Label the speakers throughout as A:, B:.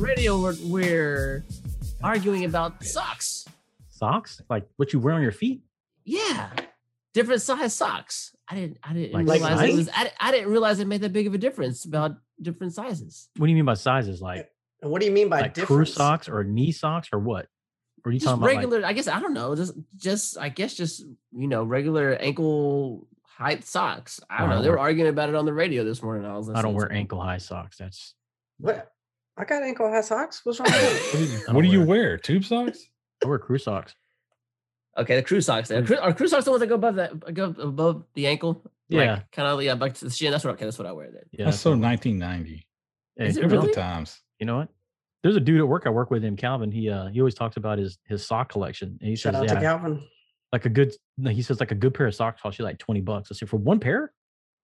A: video where we're arguing about socks.
B: Socks? Like what you wear on your feet?
A: Yeah, different size socks. I didn't. I didn't
B: Like
A: realize it
C: size?
A: was. I, I didn't realize it made that big of a difference about different sizes.
B: What do you mean by sizes? Like
C: And what do you mean by
B: like crew
C: difference?
B: socks or knee socks or what? Or are you
A: Just
B: talking about like,
A: regular. I guess I don't know. Just just I guess just you know regular ankle height socks. I don't
B: I
A: know.
B: don't
A: They were
B: wear-
A: arguing about it on the radio this morning. I was.
B: I don't
A: listening
B: wear
A: to it.
B: ankle high socks. That's
C: What? I got ankle high socks. What's wrong with you?
B: I don't
D: What do you wear? Tube socks?
B: I wear crew socks.
A: Okay, the crew socks. Then. Crew- Are crew socks the ones that go above that go above the ankle?
B: Yeah.
A: like, kind of yeah, back to the shin. That's what. Okay, that's what I wear then.
B: Yeah.
D: That's so 1990.
B: Hey,
A: Is it
D: Remember
A: really?
D: the times.
B: You know what? There's a dude at work I work with named Calvin. He uh he always talks about his his sock collection. And he
C: Shout out
B: says,
C: to
B: yeah,
C: Calvin.
B: like a good like, he says like a good pair of socks costs you like 20 bucks. I said, for one pair?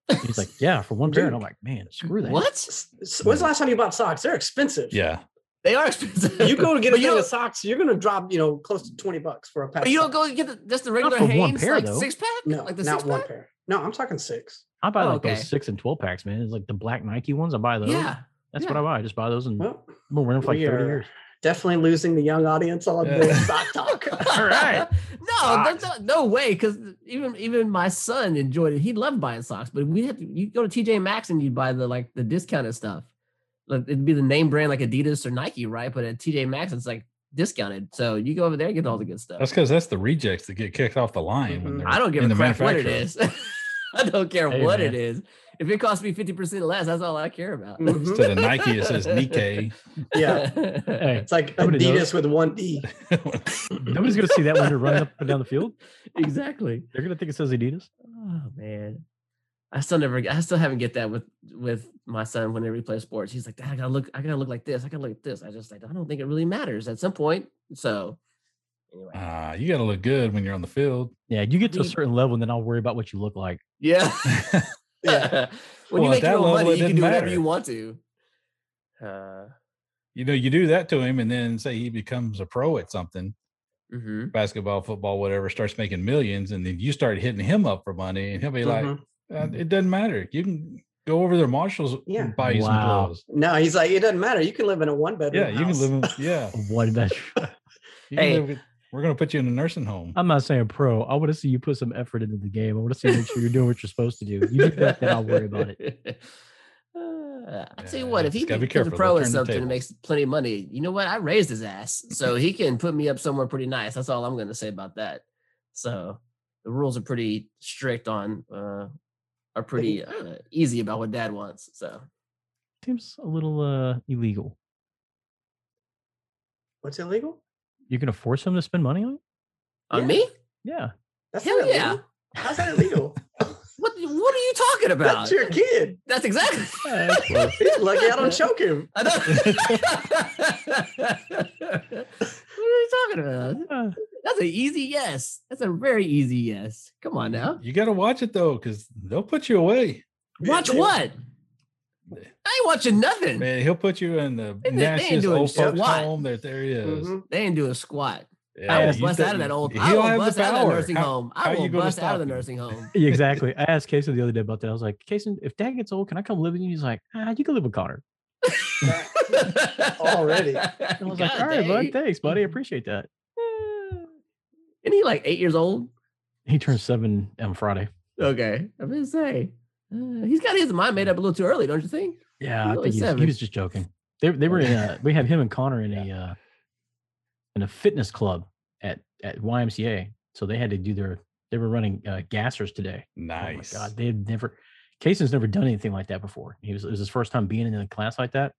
B: And he's like, Yeah, for one pair. And I'm like, man, screw that.
A: What?
C: S- s- When's the last time you bought socks? They're expensive.
D: Yeah.
A: They are expensive.
C: You go to get a
A: But you
C: pair
A: don't-
C: of socks, you're gonna drop, you know, close to twenty bucks for a pair.
A: But you don't go get the, just the regular
B: for one
A: Hanes
B: pair,
A: like
B: though.
A: six pack.
C: No,
A: like the
C: not
A: six
C: one
A: pack.
C: pair. No, I'm talking six.
B: I buy
A: Oh,
B: like
A: okay.
B: those six and twelve packs, man. It's like the black Nike ones. I buy those.
A: Yeah,
B: That's what I buy. I just buy those and I've
C: Well,
B: been wearing them for Mm. like
C: we
B: 30
C: are-
B: years.
C: definitely losing the young audience on
D: Yeah.
C: this sock talk.
B: All right.
A: no, that's not, no way. Because even even my son enjoyed it. He loved buying socks. But we had to, you go to TJ Maxx and you buy the like the discounted stuff. Like it'd be the name brand like Adidas or Nike, right? But at TJ Maxx it's like discounted. So you go over there and get all the good stuff.
D: That's because that's the rejects that get kicked off the
C: Mhm.
D: line when they're
A: Mm-hmm. I don't give
D: in
A: a
D: the
A: crap what it
D: manufacturer.
A: is. I don't care
B: Hey,
A: what it
B: man.
A: is. If it costs me fifty percent less, that's all I care about.
C: Mhm.
D: Instead of Nike, it says Nikkei.
C: Yeah,
B: Hey,
C: it's like
B: Nobody
C: Adidas
B: knows.
C: with one D.
B: nobody's gonna see that when you're running up and down the field.
A: exactly.
B: They're gonna think it says Adidas.
A: Oh man. I still never I still haven't get that with with my son whenever he plays sports. He's like, "Dad, I gotta look, I gotta look like this, I gotta look like this. I just like I don't think it really matters at some point. So anyway.
D: Ah, you got to look good when you're on the field.
B: Yeah, you get to a
A: Need-
B: certain level, and then I'll worry about what you look like.
A: yeah.
C: Yeah,
A: when you
D: Well, at
A: make
D: that
A: your own
D: level,
A: money,
D: it
A: you can
D: didn't
A: do whatever
D: matter.
A: you want to. Uh
D: you know, you do that to him, and then say he becomes a pro at something
A: hmm
D: basketball, football, whatever starts making millions, and then you start hitting him up for money, and he'll be like,
C: Mhm.
A: Mm-hmm.
D: "Uh, It doesn't matter. You can go over to Marshall's
C: Yeah.
D: and buy you some
B: Wow.
D: clothes.
C: no, he's like, it doesn't matter. You can live in a one bedroom.
D: Yeah, you can live in, yeah.
B: What that?
D: You can
A: Hey.
D: live with- we're going to put you in a nursing home.
B: I'm not saying pro. I want to see you put some effort into the game. I want to see make sure you're doing what you're supposed to do. You do that, then I'll worry about it.
A: Uh, I tell you
D: Yeah,
A: what, if he
D: just gotta be
A: becomes a
D: careful. They'll
A: pro at
D: turn the
A: something and
D: tables.
A: makes plenty of money, you know what? I raised his ass, so he can put me up somewhere pretty nice. That's all I'm going to say about that. So the rules are pretty strict on, uh, are pretty uh, easy about what dad wants. So
B: Seems a little uh illegal.
C: What's illegal?
B: You're gonna force him to spend money on it?
A: on
C: Yeah.
A: me,
B: Yeah.
C: That's
A: Hell
C: not
A: yeah.
C: illegal. How's that illegal?
A: what what are you talking about?
C: That's your kid.
A: That's exactly.
C: He's lucky I don't choke him.
A: I don't- what are you talking about?
B: Uh,
A: That's an easy yes. That's a very easy yes. Come on now.
D: You got to watch it though, because they'll put you away.
A: Watch
C: They-
A: what? I ain't watching nothing.
D: Man, he'll put you in the
A: They- they ain't
D: nastiest
A: doing
D: old folks
A: squat.
D: home that there is.
C: Mhm.
A: They ain't doing squat.
D: Yeah,
A: I will
D: you
A: bust
D: think-
A: out of that old.
D: he'll
A: I will
D: have the
A: bust out of that
D: power.
A: nursing
D: How-
A: home.
D: how
A: I
D: you
A: will
D: gonna
A: bust out of the
D: stop him?
A: nursing home.
B: yeah, exactly. I asked Kason the other day about that. I was like, Kason, if dad gets old, can I come live with you? He's like, ah, you can live with Connor.
C: Already.
B: And I was like, all right, bud, thanks, buddy. I appreciate that.
A: Isn't he like eight years old?
B: He turns seven on Friday.
A: Okay, I'm gonna say uh, he's got his mind made up a little too early, don't you think?
B: Yeah,
A: He's
B: I
A: only
B: think he's, he
A: seven.
B: was just joking. They they were in a, we have him and Connor in a uh, in a fitness club at at YMCA. So they had to do their they were running uh, gassers today.
D: Nice.
B: Oh my god, they had never Kason's never done anything like that before. He was it was his first time being in a class like that.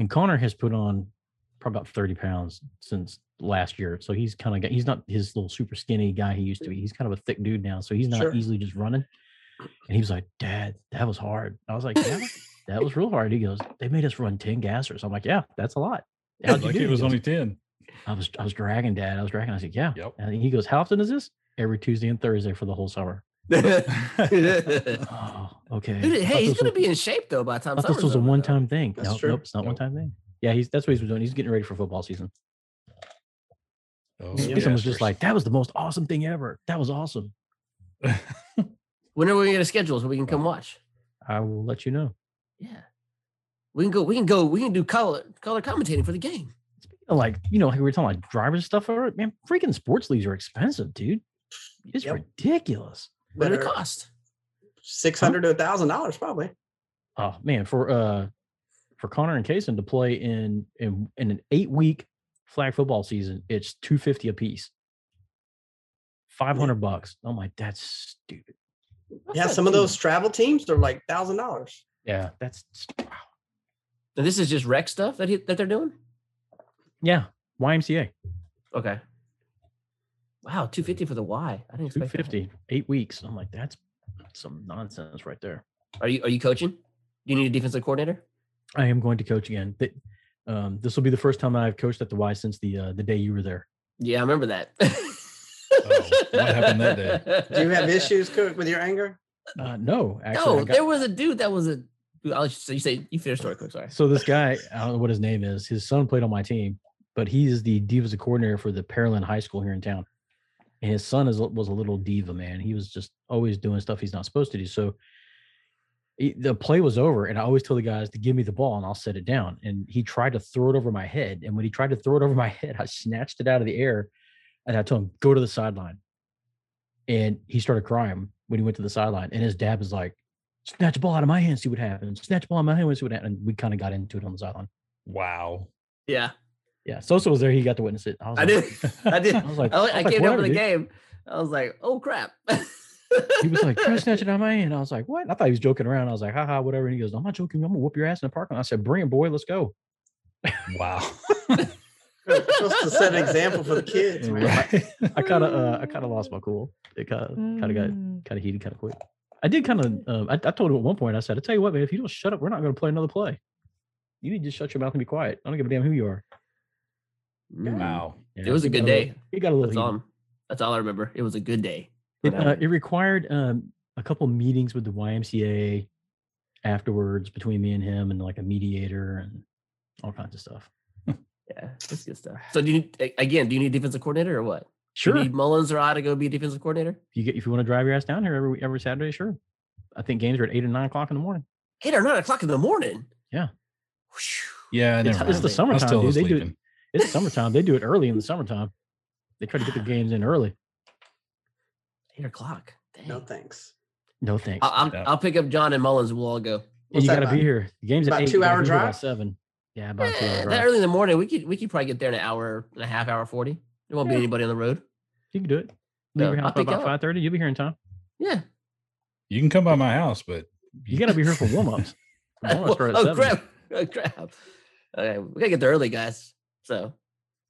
B: And Connor has put on probably about 30 pounds since last year. So he's kind of got he's not his little super skinny guy he used to be. He's kind of a thick dude now. So he's not
C: Sure.
B: easily just running. And he was like, Dad, that was hard. I was like, Yeah, that was real hard. He goes, They made us run 10 gassers. I'm like, Yeah, that's a lot. How'd you
D: Like
B: do?
D: it
B: He
D: was
B: goes,
D: only 10.
B: I was I was dragging dad. I was dragging. I said, Yeah.
D: Yep.
B: And he goes, How often is this? Every Tuesday and Thursday for the whole summer.
A: Dude,
B: Oh, okay. I thought
A: hey, he's
B: this
A: gonna
B: was-
A: be in shape though by the
B: I
A: time.
B: thought this
A: summer's
B: was a
A: over, though.
B: one-time thing.
C: That's
B: nope,
C: true.
B: nope, it's not
D: Nope.
B: one-time thing. Yeah, he's that's what he's doing. He's getting ready for football season.
D: Oh,
B: Someone
C: yeah.
B: was
D: yes.
B: just like, "That was the most awesome thing ever. That was awesome."
A: When are we gonna schedule so we can come watch?
B: I will let you know.
A: Yeah. We can go. We can go. We can do color color commentating for the game.
B: Like you know, we were talking like drivers and stuff. Over man, freaking sports leagues are expensive, dude. It's
C: Yep.
B: ridiculous.
A: What did it
C: Better-
A: cost?
C: Six hundred to a thousand dollars, probably.
B: Oh man, for uh for Connor and Kaysen to play in in, in an eight week flag football season, it's two fifty a piece. Five hundred bucks. I'm like, that's stupid.
A: That's
C: Yeah,
A: not
C: some of
A: cheap.
C: those travel teams are like thousand dollars.
B: Yeah, that's st- wow.
A: And this is just rec stuff that he, that they're doing.
B: yeah. YMCA
A: Okay. Wow, two fifty for the Y. I didn't
B: two
A: expect that.
B: fifty eight weeks. I'm like, that's some nonsense right there.
A: Are you are you coaching? Do you need a defensive coordinator?
B: I am going to coach again. Th- um, this will be the first time I've coached at the Y since the uh, the day you were there.
A: Yeah, I remember that.
B: Oh,
D: what happened that day?
C: Do you have issues, Cook, with your anger?
B: Uh, no, actually, I
A: No,
B: got-
A: there was a dude that was a. I'll just, so you say you finish story quick. Sorry.
B: So this guy, I don't know what his name is. His son played on my team, but he is the divas coordinator for the Pearland High School here in town. And his son is was a little diva, man. He was just always doing stuff he's not supposed to do. So he- the play was over, and I always tell the guys to give me the ball and I'll set it down. And he tried to throw it over my head, and when he tried to throw it over my head, I snatched it out of the air, and I told him go to the sideline. And he started crying when he went to the sideline, and his dad was like snatch the ball out of my hand, see what happens. Snatch the ball out of my hand, see what happens. And we kind of got into it on the sideline.
D: Wow.
A: Yeah,
B: Yeah, Sosa was there. He got to witness it. I, was
A: I
B: like,
A: did. I did.
B: I was like,
A: I,
B: I
A: I
B: was like,
A: came down
B: "Whatever,
A: for the
B: dude."
A: game. I was like, oh crap.
B: He was like, try to snatch it out of my hand. I was like, what? I thought he was joking around. I was like, haha, whatever. And he goes, I'm not joking. I'm gonna whoop your ass in the parking lot. I said, bring it, boy. Let's go.
D: Wow.
C: You're supposed to set an example for the kids. man.
D: Right.
B: I kind of, uh, I kind of lost my cool. It kind of, kind of got,
A: Mm.
B: kind of heated, kind of quick. I did kind of. Um, I, I told him at one point. I said, I tell you what, man, if you don't shut up, we're not going to play another play. You need to just shut your mouth and be quiet. I don't give a damn who you are.
A: Mm.
D: Wow.
A: It was a
B: he
A: good
B: got little-
A: day.
B: He got a little.
A: That's
B: heated.
A: all. I'm- That's all I remember. It was a good day.
B: It,
A: Whatever.
B: uh, it required um, a couple meetings with the YMCA afterwards between me and him and like a mediator and all kinds of stuff.
A: Yeah, that's good stuff. So do you a- again? Do you need a defensive coordinator or what? Do you need Mullins or I to go be a defensive coordinator?
B: If you get if you want to drive your ass down here every every Saturday, sure. I think games are at eight or nine o'clock in the morning.
A: Eight or nine o'clock in the morning.
B: Yeah.
A: Whew.
D: Yeah.
B: It's,
D: never
B: it's the
D: mind. I
B: summertime,
D: still
B: dude.
D: was
B: They do it,
D: sleeping.
B: it's summertime. They do it early in the summertime. They try to get their games in early.
A: Eight o'clock. Dang.
C: No thanks.
B: No thanks.
A: I'll, I'm,
D: Yeah.
A: I'll pick up John and Mullins. We'll all go.
B: And
C: What's
B: you
C: that
B: got to be
C: about?
B: here. The game's at
C: About
B: eight. you
C: two
B: gotta
C: hour
B: be here by
C: drive?
B: Seven. Yeah, about two
A: Eh,
B: hour
A: that
B: drive.
A: early in the morning, we could we could probably get there in an hour and a half, hour forty. There won't
B: Yeah.
A: be anybody on the road.
B: You can do it. Leave
A: Yeah,
B: your
A: I'll
B: house by
A: pick you
B: about
A: up.
B: five thirty. You'll be here in time.
A: Yeah.
D: You can come by my house, but
B: You got to be here for warm ups.
A: Well, oh crap! Oh crap! Okay, we gotta get there early, guys. So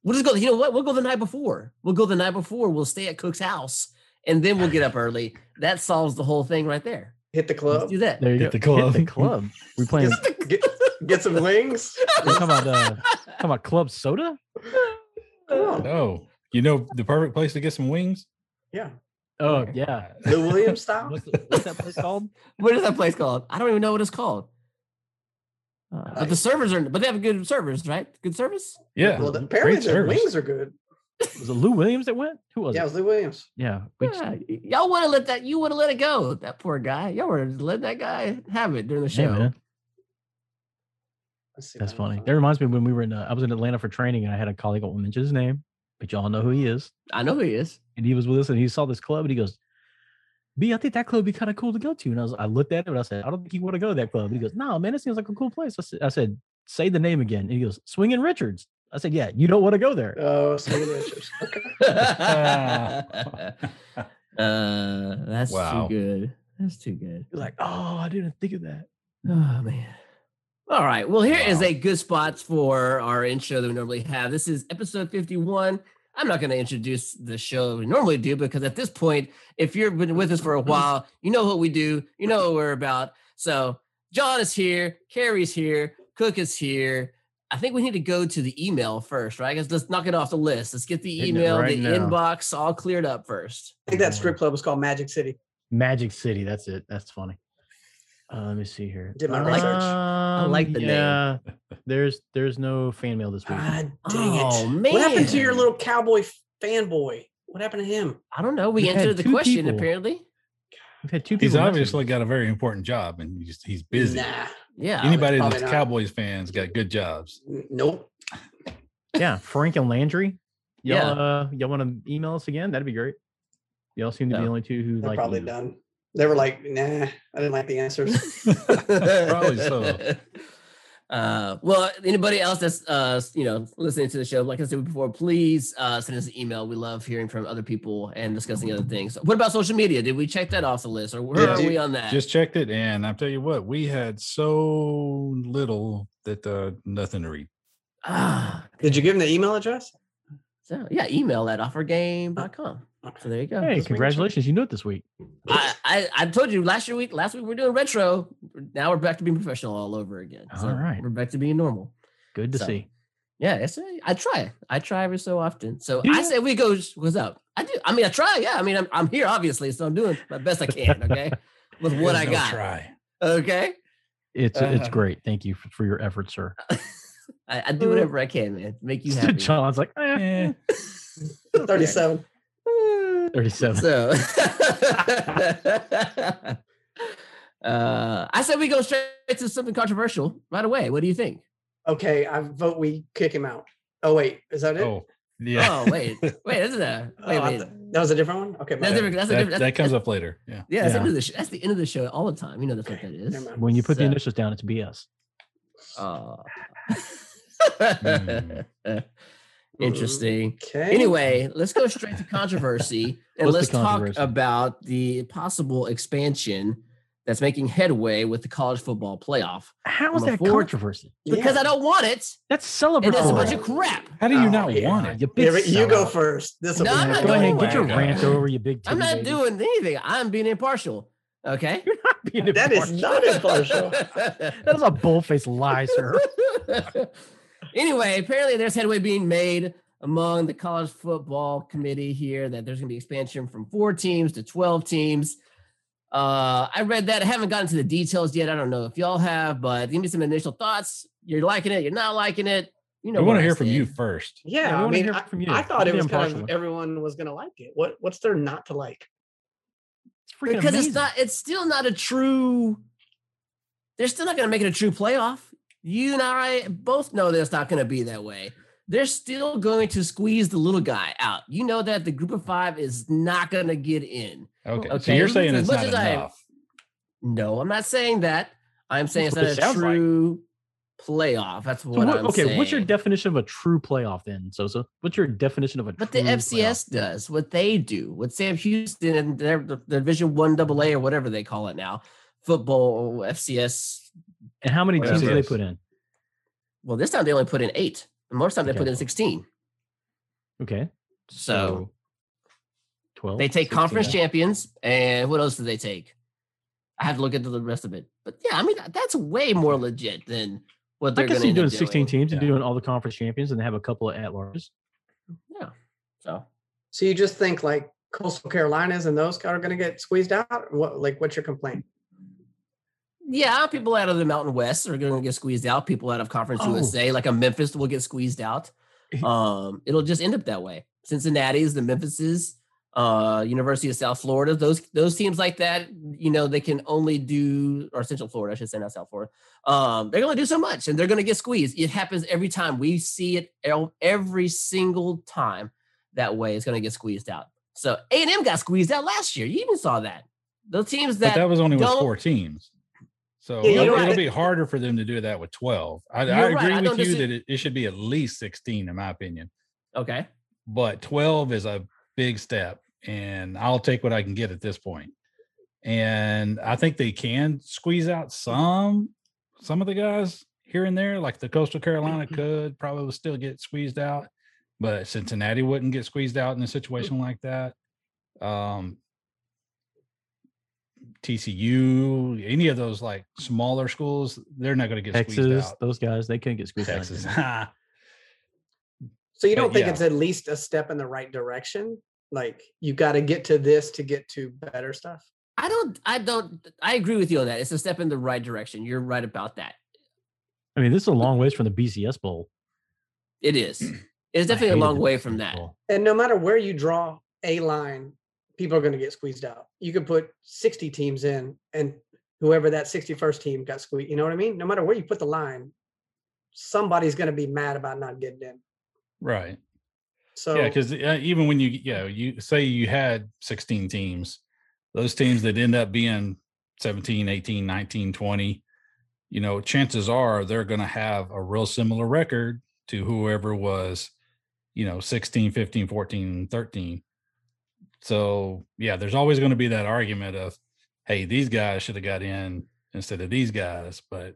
A: we'll just go. You know what? We'll go the night before. We'll go the night before. We'll stay at Cook's house, and then we'll get up early. That solves the whole thing right there.
C: Hit the
A: Let's
C: club.
A: do that.
B: There you
D: Hit
B: go.
D: the club.
B: Hit the club. We playing.
C: Get, get, get some wings.
B: we talking about uh, talking about club soda.
C: Come on.
D: oh, you know the perfect place to get some wings?
C: Yeah.
B: Oh yeah.
C: Lou Williams style.
B: What's, the, what's that place called?
A: What is that place called? I don't even know what it's called. Uh, but the
C: Nice.
A: servers are, but they have good servers, right? Good service.
D: Yeah.
C: Well,
B: Great
C: apparently their
D: service.
C: wings are good.
B: Was it Lou Williams that went? Who was
C: Yeah, it
B: it?
C: was Lou Williams.
B: Yeah. We just-
A: Yeah, y- y'all would have let that. You would have let it go. That poor guy. Y'all would have let that guy have it during the
B: yeah,
A: show.
B: man.
C: Let's see if
B: That's
C: I can
B: funny.
C: find
B: That
C: it.
B: reminds me when we were in. Uh, I was in Atlanta for training, and I had a colleague. I won't mention his name, but y'all know who he is.
A: I know he is.
B: And he was with us, and he saw this club, and he goes. B, I think that club would be kind of cool to go to. And I was, I looked at him and I said, I don't think you want to go to that club. And he goes, No, man, it seems like a cool place. I said, I said Say the name again. And he goes, Swinging Richards. I said, Yeah, you don't want to go there.
C: Oh, Swingin' Richards. Okay.
A: uh, that's too
D: Wow.
A: good. That's too good.
B: You're like, oh, I didn't think of that.
A: Oh man. All right. Well, here is
D: Wow.
A: a good spot for our intro that we normally have. This is episode 51. I'm not going to introduce the show we normally do because at this point, if you've been with us for a while, you know what we do, you know what we're about. So John is here, Carrie's here, Cook is here. I think we need to go to the email first, right? Let's, let's knock it off the list. Let's get the
B: Hitting it
A: email,
B: right
A: the
B: now.
A: inbox all cleared up first.
C: I think that strip club is called Magic City.
B: Magic City. That's it. That's funny. Uh, let me see here.
C: Did my research.
B: I
A: like the name.
B: name. There's there's no fan mail this week.
C: God dang it.
A: Oh man!
C: What happened to your little cowboy fanboy? What happened to him?
A: I don't know. We
B: You had
A: answered the
B: two
A: question
B: people.
A: apparently.
B: We've had two people.
D: He's
B: message
D: obviously
B: us.
D: got a very important job and he's he's busy.
C: Nah.
A: Yeah.
D: Anybody
C: Probably
D: that's
C: not.
D: Cowboys fans got good jobs.
C: N- Nope.
B: yeah, Frank and Landry. Y'all,
A: Yeah.
B: uh, y'all want to email us again? That'd be great. Y'all seem to be
A: Yeah.
B: the only two who
C: They're
B: like.
C: probably
B: emails.
C: done. They were like, nah, I didn't like the answers.
A: Probably
D: so.
A: Uh, well, anybody else that's uh, you know listening to the show, like I said before, please uh, send us an email. We love hearing from other people and discussing other things. What about social media? Did we check that off the list, or where
D: Yeah.
A: are we on that?
D: Just checked it, and I'll tell you what, we had so little that uh, nothing to read.
A: Ah,
C: Did you give them the email address?
A: so yeah, email at offergame.com. So there you go.
B: Hey, congratulations! You knew it this week.
A: I, I I told you last year week last week we were doing retro. Now we're back to being professional all over again. So
B: All right.
A: we're back to being normal.
B: Good to
A: So,
B: see.
A: Yeah, it's, I try. I try every so often. So
B: Do
A: I
B: you?
A: say we go. What's up? I do. I mean, I try. Yeah. I mean, I'm, I'm here, obviously, so I'm doing my best I can. Okay, with what
D: There's
A: I
D: no
A: got.
D: Try.
A: Okay,
B: It's it's
D: Uh,
B: great. Thank you for, for your effort, sir.
A: I, I do whatever I can, man. to Make you happy.
B: John's like eh,
D: Eh,
C: 37.
B: thirty-seven.
A: So, uh, I said we go straight to something controversial right away. What do you think?
C: Okay, I vote we kick him out. Oh, wait, is that it? Oh,
D: oh, yeah.
A: Oh wait, wait, this is a wait,
C: I
A: wait.
C: th- that was a different one? Okay, my
A: Oh, That's
D: Yeah,
A: a different- that's a
D: that,
A: different-
D: that comes up later. Yeah.
A: Yeah, that's,
B: Yeah.
A: The end of the sh- that's the end of the show all the time. You know that's what that is.
C: never mind.
B: When you put the
A: So-
B: initials down, it's BS.
A: Oh.
D: Mm.
A: Interesting.
C: Okay.
A: Anyway, let's go straight to controversy and
B: What's
A: let's
B: the
A: talk
B: controversy?
A: about the possible expansion that's making headway with the college football playoff.
B: How is
A: Number
B: that
A: four.
B: controversy?
A: Because
C: Yeah.
A: I don't want it,
B: That's
A: and
B: celebratory.
A: that's a bunch of crap.
D: How do you
C: Oh,
D: not
C: yeah.
D: want it?
B: You big
C: Yeah, but you go
B: sellout.
C: first. This
A: No,
C: will
A: I'm
C: be
A: not
B: Go
A: doing
B: ahead, and
A: Oh
B: get your
A: my
B: rant
D: God.
B: over, you big.
A: I'm
B: titty
A: not
B: baby.
A: doing anything. I'm being impartial. Okay.
B: Being
C: That is
B: impartial.
C: not impartial.
B: That is a bullface lie, sir.
A: anyway, apparently there's headway being made among the college football committee here that there's going to be expansion from four teams to 12 teams. Uh, I read that. I haven't gotten to the details yet. I don't know if y'all have, but give me some initial thoughts. You're liking it. You're not liking it. You know,
D: we
A: want
D: want to hear from you first.
C: Yeah,
B: Yeah, we
C: I
B: wanna
C: mean,
B: hear
C: I,
B: from you.
C: I thought
B: Be
C: it was kind
B: impartial.
C: of everyone was going to like it. What What's there not to like?
B: It's freaking
A: because
B: amazing.
A: it's not. It's still not a true. They're still not going to make it a true playoff. You and I both know that it's not going to be that way. They're still going to squeeze the little guy out. You know that the group of five is not going to get in.
D: Okay. So
A: Okay,
D: you're saying
A: as
D: it's
A: much
D: not
A: as I-
D: enough.
A: No, I'm not saying that. I'm saying
B: That's
A: it's
B: what
A: not a
B: it sounds like.
A: true playoff. That's
B: So
A: what,
B: what-
A: I'm
B: okay,
A: saying.
B: what's your definition of a true playoff then? So, so what's your definition of a
A: What the
B: true playoff?
A: FCS does, what they do, what Sam Houston and their the Division One AA or whatever they call it now, football FCS
B: and how many
D: What
B: teams do they
D: FCS?
B: put in?
A: Well, this time they only put in eight. And Most time they put
B: Okay.
A: in sixteen.
B: Okay,
A: So
B: twelve.
A: they take
B: 16.
A: conference champions, and what else do they take? I have to look into the rest of it. But yeah, I mean that's way more legit than what
B: I
A: they're
B: can
A: going
B: see
A: to
B: doing,
A: doing.
B: sixteen teams and
D: Yeah.
B: doing all the conference champions, and they have a couple of at larges.
A: So
C: So you just think like Coastal Carolinas and those are going to get squeezed out? Or What Like, what's your complaint?
A: yeah, people out of the Mountain West are going to get squeezed out. People out of Conference
B: Oh.
A: USA, like a Memphis, will get squeezed out. Um, it'll just end up that way. Cincinnati's, the Memphises, uh, University of South Florida, those those teams like that, you know, they can only do or Central Florida, I should say, not South Florida. Um, they're gonna do so much, and they're gonna get squeezed. It happens every time. We see it el- every single time. That way, it's gonna get squeezed out. So A and M got squeezed out last year. You even saw that. Those teams
D: But
A: that
D: that was only with
A: don't-
D: four teams. So
C: Yeah, you're
D: it'll,
A: right.
D: it'll be harder for them to do that with 12. I, I
A: You're right.
D: agree
A: I
D: with
A: don't
D: you
A: disa-
D: that it, it should be at least 16, in my opinion.
A: okay,
D: But 12 is a big step, and I'll take what I can get at this point. And I think they can squeeze out some some of the guys here and there, like the Coastal Carolina
B: Mm-hmm.
D: could probably still get squeezed out, but Cincinnati wouldn't get squeezed out in a situation like that. Um, TCU, any of those like smaller schools, they're not going to get squeezed
B: Texas,
D: out.
B: those guys, they couldn't get squeezed out.
D: Texas,
C: So you
D: Uh,
C: don't think
D: yeah.
C: it's at least a step in the right direction? Like, you got to get to this to get to better stuff?
A: I don't, I don't, I agree with you on that. It's a step in the right direction. You're right about that.
B: I mean, this is a long ways from the BCS bowl.
A: It is. It's
B: I
A: definitely a
B: hated
A: long
B: the
A: way from
B: BCS
A: that.
B: bowl.
C: And no matter where you draw a line people are going to get squeezed out. You could put 60 teams in, and whoever that 61st team got squeezed, you know what I mean? No matter where you put the line, somebody's going to be mad about not getting in.
D: Right.
C: So,
D: yeah, because uh, even when you yeah you say you had 16 teams, those teams that end up being 17, 18, 19, 20, you know, chances are they're going to have a real similar record to whoever was, you know, 16, 15, 14, and 13. So, yeah, there's always going to be that argument of, hey, these guys should have got in instead of these guys, but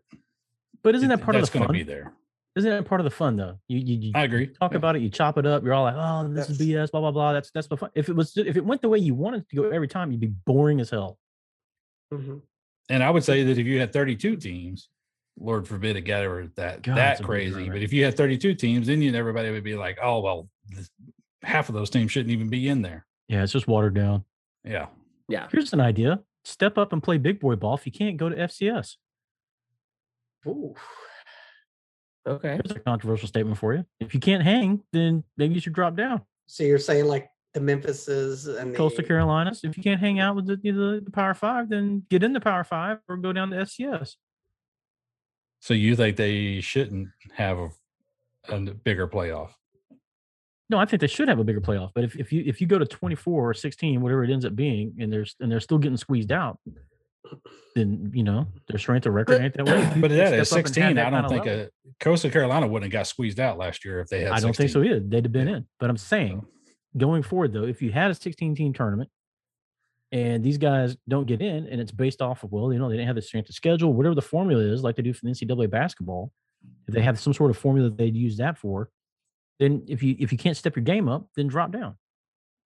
B: But isn't
D: it-
B: that part of the
D: that's going
B: fun?
D: to be there.
B: Isn't that part of the fun though? You you, you
D: I agree.
B: talk
D: Yeah.
B: about it, you chop it up, you're all like, oh, this is
C: That's-
B: BS, blah blah blah. That's that's the fun. If it was if it went the way you wanted it to go every time, you'd be boring as hell.
C: mhm.
D: And I would say that if you had 32 teams, Lord forbid it got ever that
B: God, it's
D: that
B: a big
D: crazy.
B: number.
D: But if you had 32 teams, then you everybody would be like, oh well, this, half of those teams shouldn't even be in there.
B: Yeah, it's just watered down.
D: Yeah,
B: Here's an idea: step up and play big boy ball. If you can't go to FCS,
C: Ooh.
A: Okay.
B: here's a controversial statement for you. If you can't hang, then maybe you should drop down.
C: so you're saying like the Memphises and the
B: Coastal Carolinas. If you can't hang out with the, the, the Power Five, then get in the Power Five or go down to FCS.
D: So you think they shouldn't have a, a bigger playoff?
B: No, I think they should have a bigger playoff. But if, if you if you go to twenty four or sixteen, whatever it ends up being, and there's and they're still getting squeezed out, then you know their strength of record
A: But-
B: ain't that way. If you
D: But
B: can
D: that is
B: step up and have
D: 16.
B: that
D: I
B: kinda
D: don't think
B: level-
D: a Coastal Carolina wouldn't have got squeezed out last year if they had.
B: I don't think so
D: 16.
B: either. They'd have been in. But I'm saying going forward though, if you had a sixteen team tournament and these guys don't get in, and it's based off of well, you know they didn't have the strength of schedule, whatever the formula is, like they do for the NCAA basketball. If they have some sort of formula that they'd use that for, then if you if you can't step your game up, then drop down.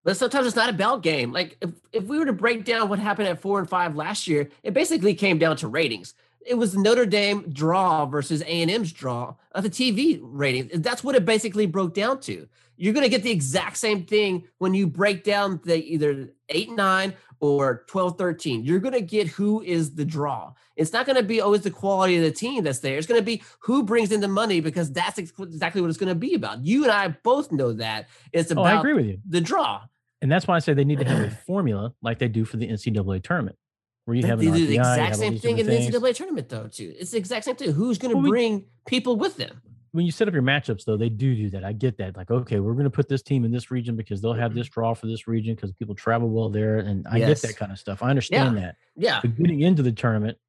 A: But sometimes it's not about game. Like if, if we were to break down what happened at four and five last year, it basically came down to ratings. It was Notre Dame draw versus A&M's draw of the TV ratings. That's what it basically broke down to. You're going to get the exact same thing when you break down the either 8-9 or 12-13. You're going to get who is the draw. It's not going to be always the quality of the team that's there. It's going to be who brings in the money because that's ex- exactly what it's going to be about. You and I both know that. It's
B: Oh,
A: about
B: I agree with you.
A: the draw.
B: And that's why I say they need to have a formula like they do for the NCAA tournament, where you have
A: they
B: an
A: do
B: RPI,
A: the
B: you
A: exact
B: have all
A: same
B: these
A: thing in
B: different
A: the
B: things.
A: NCAA tournament, though. Too, it's the exact same thing. Who's going to
B: Well, we-
A: bring people with them?
B: When you set up your matchups, though, they do do that. I get that. Like, okay, we're going to put this team in this region because they'll have this draw for this region because people travel well there, and I get
A: Mm-hmm. Yes.
B: that kind of stuff. I understand that.
A: Yeah,
B: But getting into the tournament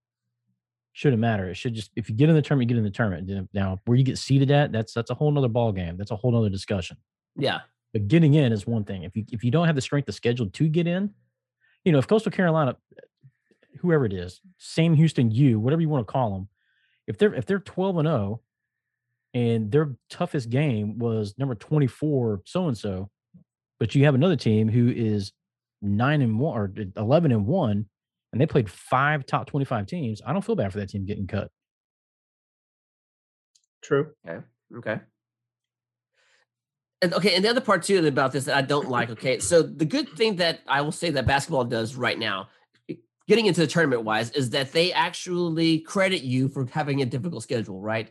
B: shouldn't matter. It should just if you get in the tournament, you get in the tournament. Then- Now, where you get seated at, that's that's a whole nother ball game. That's a whole nother discussion.
A: yeah,
B: But getting in is one thing. If you if you don't have the strength of schedule to get in, you know, if Coastal Carolina, whoever it is, same Houston U, whatever you want to call them, if they're if they're 12 and 0 and their toughest game was number 24 so and so, but you have another team who is 9 and 1 or 11 and 1 and they played five top 25 teams, I don't feel bad for that team getting cut.
C: True.
A: okay. And okay, and the other part too about this that I don't like. Okay, so the good thing that I will say that basketball does right now, getting into the tournament wise, is that they actually credit you for having a difficult schedule, right?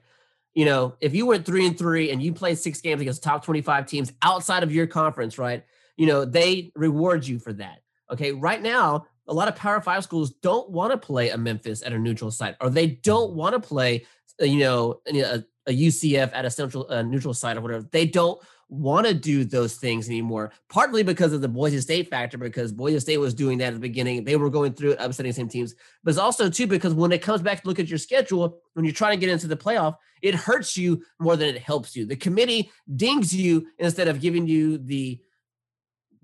A: You know, if you went three and three and you played six games against top twenty-five teams outside of your conference, right? you know they reward you for that okay right now a lot of power five schools don't want to play a memphis at a neutral site or they don't want to play uh, you know any- a, a ucf at a central uh, neutral site or whatever they don't want to do those things anymore partly because of the boise state factor because boise state was doing that at the beginning they were going through it upsetting some teams but it's also too because when it comes back to look at your schedule when you're trying to get into the playoff it hurts you more than it helps you the committee dings you instead of giving you the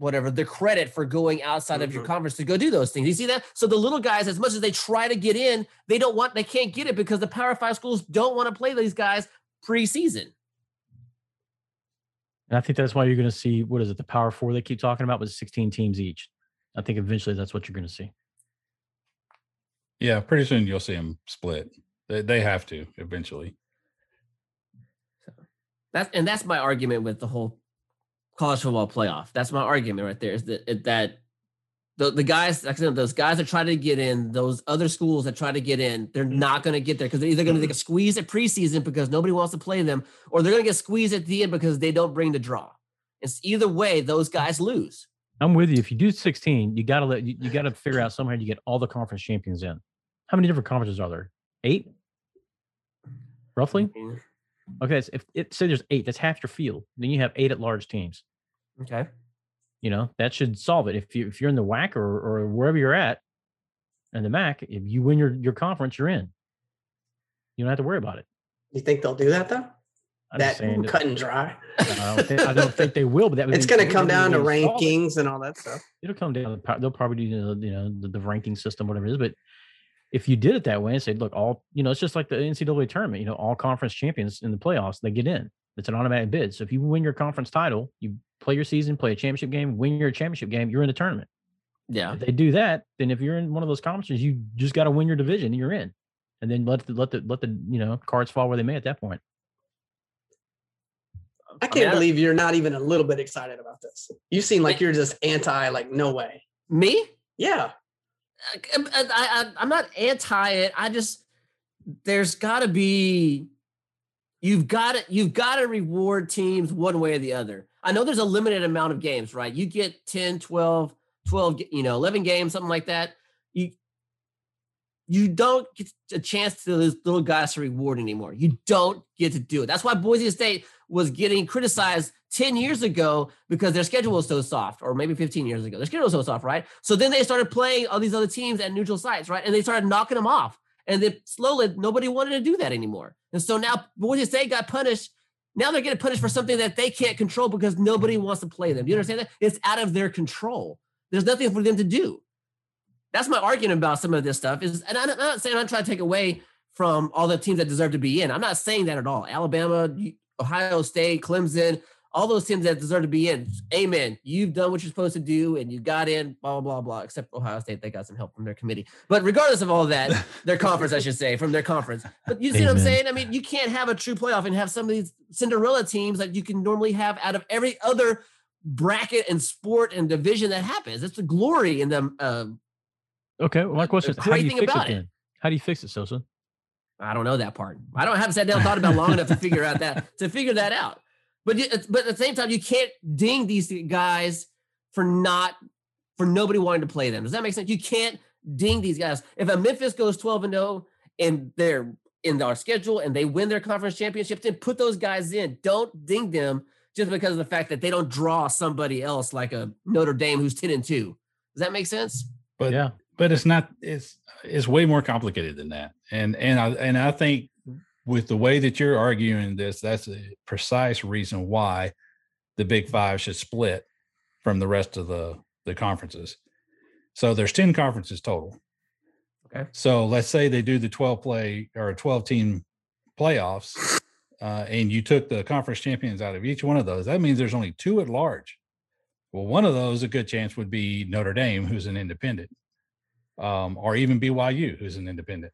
A: whatever the credit for going outside of your
C: Mhm.
A: conference to go do those things. You see that? So the little guys, as much as they try to get in, they don't want, they can't get it because the Power Five schools don't want to play these guys preseason.
B: And I think that's why you're going to see what is it, the power four they keep talking about with 16 teams each. I think eventually that's what you're going to see.
D: Yeah, pretty soon you'll see them split. They, they have to eventually.
A: That's and that's my argument with the whole college football playoff. That's my argument right there is that it- that the, the guys, like I said, those guys that try to get in, those other schools that try to get in, they're not going to get there because they're either going to get squeezed at preseason because nobody wants to play them, or they're going to get squeezed at the end because they don't bring the draw. It's either way, those guys lose.
B: I'm with you. If you do 16, you gotta let you, you gotta figure out somehow you get all the conference champions in. How many different conferences are there? Eight, roughly.
C: Mm-hmm.
B: Okay, it's, if it say there's eight, that's half your field. Then you have eight at large teams.
A: Okay.
B: You know that should solve it. If you if you're in the WAC or or wherever you're at, and the MAC, if you win your your conference, you're in. You don't have to worry about it.
C: You think they'll do that though?
B: I'm just
C: that
B: saying that-
C: cut and dry.
B: I don't, think, I don't think they will, but that would
C: It's
B: be-
C: going to
B: that
C: come
B: would
C: down
B: be
C: to
B: solid.
C: rankings and all that stuff.
B: It'll come down. to the pro- They'll probably do you know, you know the, the ranking system, whatever it is. But if you did it that way and said, look, all you know, it's just like the NCAA tournament. You know, all conference champions in the playoffs they get in. It's an automatic bid. So if you win your conference title, you play your season, play a championship game, win your championship game, you're in the tournament.
A: Yeah.
B: If they do that, then if you're in one of those conferences, you just got to win your division and you're in. And then let the let the let the you know cards fall where they may at that point.
C: I
A: mean,
C: can't believe you're not even a little bit excited about this. You seem like you're just anti, like, no way.
A: Me?
C: Yeah.
A: I, uh, I, I, am not anti it. I just there's got to be you've got to you've got to reward teams one way or the other. I know there's a limited amount of games, right? You get 10, 12, 12, g- you know, 11 games, something like that. You you don't get a chance to those little guys to reward anymore. You don't get to do it. That's why Boise State was getting criticized 10 years ago because their schedule was so soft, or maybe 15 years ago. Their schedule was so soft, right? So then they started playing all these other teams at neutral sites, right? And they started knocking them off. And then slowly, nobody wanted to do that anymore. And so now Boise State got punished. Now they're getting punished for something that they can't control because nobody wants to play them. Do you understand that? It's out of their control. There's nothing for them to do. That's my argument about some of this stuff. Is and I'm I'm not saying I'm trying to take away from all the teams that deserve to be in. I'm not saying that at all. Alabama, Ohio State, Clemson, all those teams that deserve to be in. Amen. You've done what you're supposed to do and you got in, blah, blah, blah, blah. Except Ohio State, they got some help from their committee. But regardless of all that, their conference, I should say, from their conference. But you see what I'm
B: Amen.
A: saying? I mean, you can't have a true playoff and have some of these Cinderella teams that you can normally have out of every other bracket and sport and division that happens. It's the glory in them. Um,
B: Okay. Well, my question is, how
A: great
B: do you
A: thing
B: fix it
A: about it.
B: then? How do you fix it, Sosa?
A: I don't know that part. I don't have sat down and thought about it long enough to figure out that to figure that out. But you, it's- but at the same time, you can't ding these guys for not for nobody wanting to play them. Does that make sense? You can't ding these guys. If a Memphis goes twelve and zero and they're in our schedule and they win their conference championship, then put those guys in. Don't ding them just because of the fact that they don't draw somebody else like a Notre Dame who's ten and two. Does that make sense?
D: But
B: yeah.
D: but it's not it's it's way more complicated than that and and i and i think with the way that you're arguing this that's a precise reason why the big five should split from the rest of the the conferences so there's 10 conferences total
A: Okay.
D: so let's say they do the 12 play or 12 team playoffs uh, and you took the conference champions out of each one of those that means there's only two at large well one of those a good chance would be notre dame who's an independent um, or even BYU, who's an independent,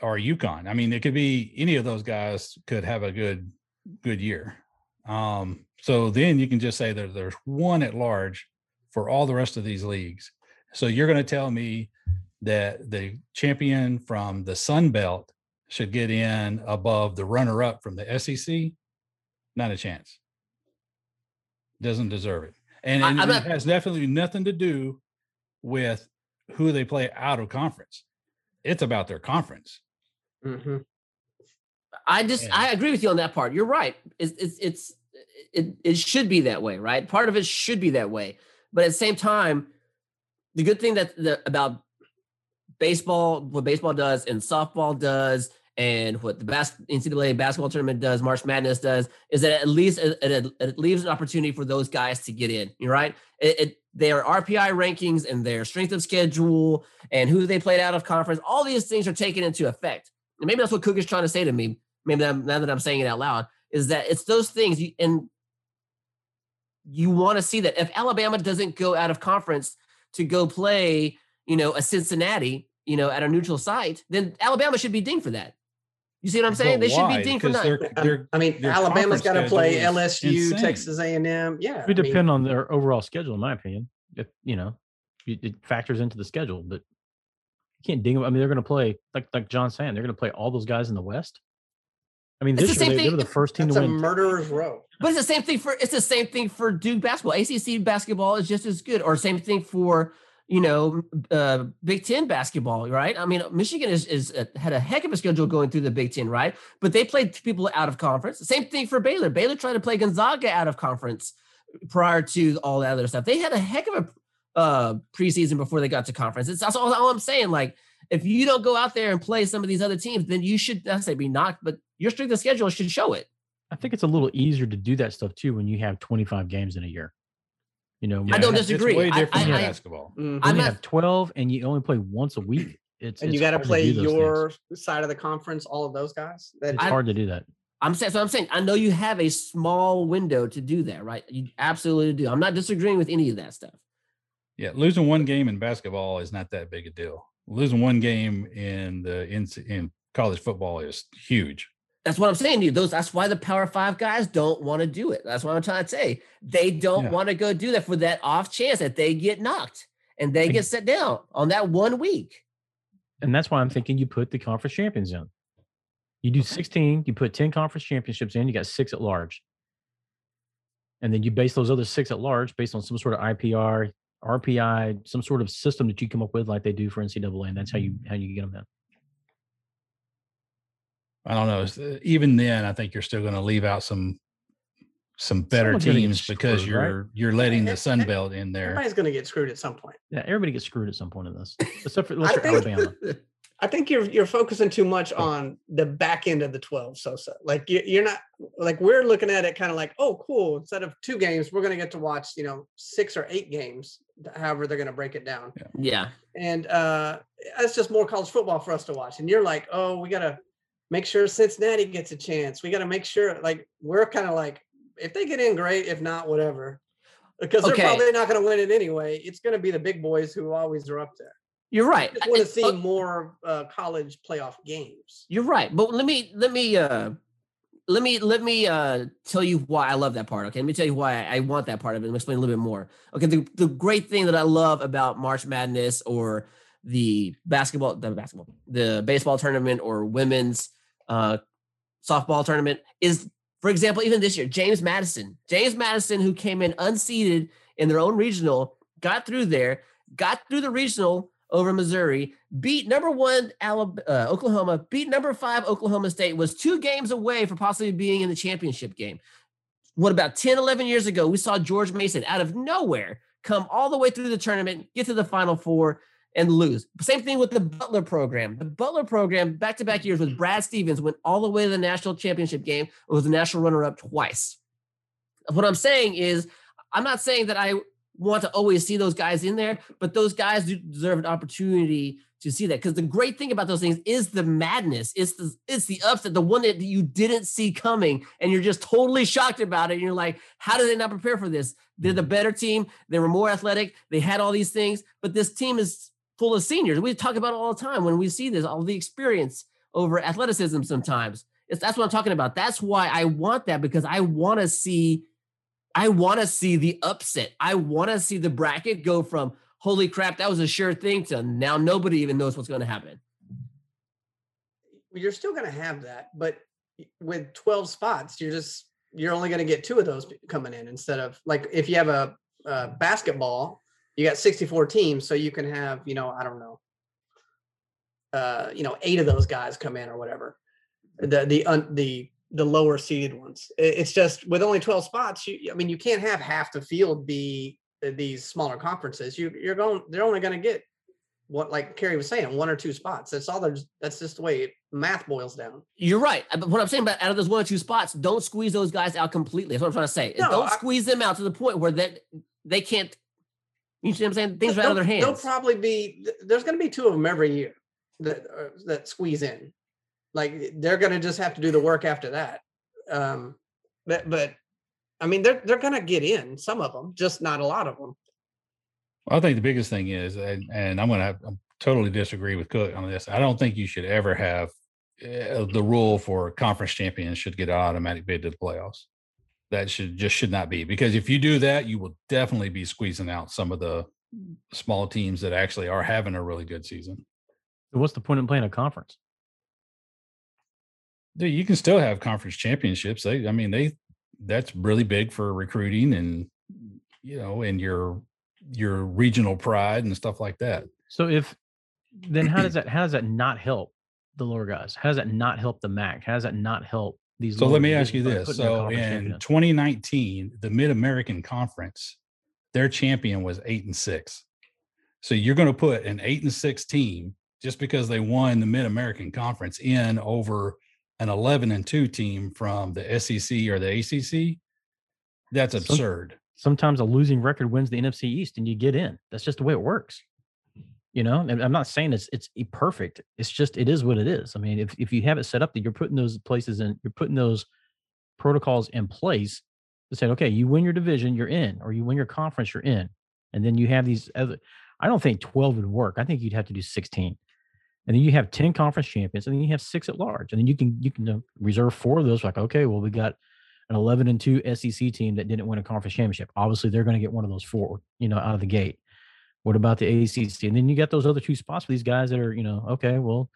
D: or UConn. I mean, it could be any of those guys could have a good good year. Um, so then you can just say that there's one at large for all the rest of these leagues. So you're going to tell me that the champion from the Sun Belt should get in above the runner up from the SEC? Not a chance. Doesn't deserve it. And,
A: I-
D: and
A: I'm
D: it
A: not-
D: has definitely nothing to do with who they play out of conference. It's about their conference.
C: Mm-hmm.
A: I just
D: Yeah.
A: I agree with you on that part. You're right. It's it's, it's it, it should be that way, right? Part of it should be that way. But at the same time, the good thing that the, about baseball, what baseball does and softball does, and what the bas- NCAA basketball tournament does, March Madness does, is that at least it, it, it leaves an opportunity for those guys to get in. You're right. It, it their RPI rankings and their strength of schedule and who they played out of conference, all these things are taken into effect. And maybe that's what Cook is trying to say to me. Maybe that, now that I'm saying it out loud, is that it's those things. You, and you want to see that if Alabama doesn't go out of conference to go play, you know, a Cincinnati, you know, at a neutral site, then Alabama should be dinged for that. You see what I'm saying?
D: But
A: they should
D: why?
A: be dinged for
D: Because
A: not.
D: they're- they're-
C: Um, I mean,
D: their
C: Alabama's
D: conference
C: got to play
D: schedule is
C: LSU,
D: insane.
C: Texas A&M. Yeah.
B: It would
C: I mean,
B: depend on their overall schedule, in my opinion. If you know, it, it factors into the schedule, but you can't ding them. I mean, they're going to play like like John saying they're going to play all those guys in the West. I mean,
A: It's
B: this
A: the
B: year
A: same
B: they, they
A: thing.
B: were the first team
C: That's
B: to
C: a
B: win.
C: murderer's row.
A: But it's the same thing for it's the same thing for Duke basketball. ACC basketball is just as good, or same thing for you know uh, Big Ten basketball, right? I mean, Michigan is is uh, had a heck of a schedule going through the Big Ten, right? But they played people out of conference. Same thing for Baylor. Baylor tried to play Gonzaga out of conference prior to all that other stuff. They had a heck of a uh, preseason before they got to conference. It's that's all, all I'm saying. Like, if you don't go out there and play some of these other teams, then you should not say be knocked, but your strength of schedule should show it.
B: I think it's a little easier to do that stuff too when you have 25 games in a year. You know,
A: I don't
D: it's- it's
A: disagree.
D: way
A: I-
D: different
B: I-
D: than
B: I-
D: basketball.
C: Mhm.
B: when
A: I'm
B: you
A: not-
B: have 12 and you only play once a week. It's
C: and you
B: it's
C: got to
B: hard
C: play
B: do those things.
C: your side of the conference. All of those guys. That
B: It's
A: I-
B: hard to do that.
A: I'm saying, so I'm saying, I know you have a small window to do that, right? You absolutely do. I'm not disagreeing with any of that stuff.
D: Yeah, losing one game in basketball is not that big a deal. Losing one game in the in, in college football is huge.
A: That's what I'm saying to you. Those, that's why the Power Five guys don't want to do it. That's what I'm trying to say. They don't
D: Yeah.
A: want to go do that for that off chance that they get knocked and they
B: Ex-
A: get set down on that one week.
B: And that's why I'm thinking you put the conference champions in. You do 16, you put 10 conference championships in, you got six at large. And then you base those other six at large based on some sort of IPR, RPI, some sort of system that you come up with, like they do for NCAA. And that's how you how you get them in.
D: I don't know. it's- uh, Even then, I think you're still going to leave out some some better
B: Someone's gonna get
D: teams because
B: screwed, right?
D: you're you're letting
C: Eh,
D: the Sun
C: eh,
D: Belt in there.
C: everybody's going to get screwed at some point.
B: Yeah, everybody gets screwed at some point in this, except for, unless
C: I
B: you're
C: think-
B: Alabama.
C: I think you're you're focusing too much
A: Oh.
C: on the back end of the 12 Sosa. Like you, you're not like we're looking at it kind of like, oh, cool. Instead of two games, we're going to get to watch you know six or eight games, however they're going to break it down.
A: yeah.
C: And uh that's just more college football for us to watch. And you're like, oh, we got to make sure Cincinnati gets a chance. We got to make sure like we're kind of like if they get in, great. If not, whatever. Because
A: Okay.
C: they're probably not going to win it anyway. It's going to be the big boys who always are up there
A: You're right.
C: just want to
A: It's-
C: see
A: uh,
C: more uh, college playoff games.
A: You're right. But let me let me uh let me let me uh tell you why I love that part. Okay, let me tell you why I want that part of it and explain a little bit more. Okay, the, the great thing that I love about March Madness or the basketball, the basketball, the baseball tournament or women's uh softball tournament is, for example, even this year, James Madison. James Madison, who came in unseeded in their own regional, got through there, got through the regional over Missouri, beat number one Alabama, uh, Oklahoma, beat number five Oklahoma State, was two games away from possibly being in the championship game. What about 10, 11 years ago, we saw George Mason out of nowhere come all the way through the tournament, get to the final four, and lose. Same thing with the Butler program. The Butler program, back to back years with Brad Stevens, went all the way to the national championship game, was the national runner up twice. What I'm saying is, I'm not saying that I want to always see those guys in there, but those guys do deserve an opportunity to see that. Because the great thing about those things is the madness. It's the it's the upset, the one that you didn't see coming, and you're just totally shocked about it. And you're like, how did they not prepare for this? They're the better team. They were more athletic. They had all these things, but this team is full of seniors. We talk about it all the time when we see this, all the experience over athleticism sometimes. It's, that's what I'm talking about. That's why I want that because I want to see I want to see the upset. I want to see the bracket go from holy crap, that was a sure thing to now nobody even knows what's going to happen.
C: You're still going to have that, but with 12 spots, you're just you're only going to get two of those coming in instead of like if you have a, uh basketball, you got 64 teams, so you can have you know I don't know, uh, you know eight of those guys come in or whatever, the the un, the the lower seeded ones. It- It's just with only 12 spots, you I mean you can't have half the field be uh, these smaller conferences. You you're going they're only going to get what like Kerry was saying, one or two spots. That's all there's that's just the way it, math boils down.
A: You're right. uh, But what I'm saying about out of those one or two spots, don't squeeze those guys out completely. That's what I'm trying to say.
C: No,
A: don't
C: I-
A: squeeze them out to the point where that they can't. You see what I'm saying? Things are
C: Th-
A: out of their
C: they'll-
A: hands.
C: They'll probably be th- there's going to be two of them every year that uh, that squeeze in. Like eh, they're going to just have to do the work after that. Um, but but I mean they're they're going to get in some of them, just not a lot of them.
D: I think the biggest thing is, and, and I'm going to totally disagree with Cook on this. I don't think you should ever have uh, the rule for conference champions should get an automatic bid to the playoffs. That should just should not be because if you do that, you will definitely be squeezing out some of the small teams that actually are having a really good season.
B: So what's the point in playing a conference?
D: Dude, you can still have conference championships. They, I mean, they that's really big for recruiting and you know, and your your regional pride and stuff like that.
B: So if then how does that how does that not help the lower guys? How does that not help the MAC? How does that not help these?
D: So
B: lower
D: let me ask you
B: divisions by putting
D: this.
B: their
D: So
B: conference
D: in
B: champion
D: 2019, the Mid American Conference, their champion was eight and six. So you're going to put an eight and six team just because they won the Mid American Conference in over an 11 and two team from the SEC or the ACC. That's
B: Some-
D: absurd.
B: sometimes a losing record wins the NFC East and you get in. That's just the way it works. You know, and I'm not saying it's it's e- perfect. It's just it is what it is. I mean, if if you have it set up that you're putting those places in, you're putting those protocols in place to say, okay, you win your division, you're in, or you win your conference, you're in. And then you have these other I don't think 12 would work. I think you'd have to do 16. And then you have 10 conference champions, and then you have six at large. And then you can you can uh, reserve four of those, like, okay, well, we got an 11 and 2 SEC team that didn't win a conference championship. Obviously, they're going to get one of those four, you know, out of the gate. What about the ACC? And then you got those other two spots for these guys that are, you know, okay, well,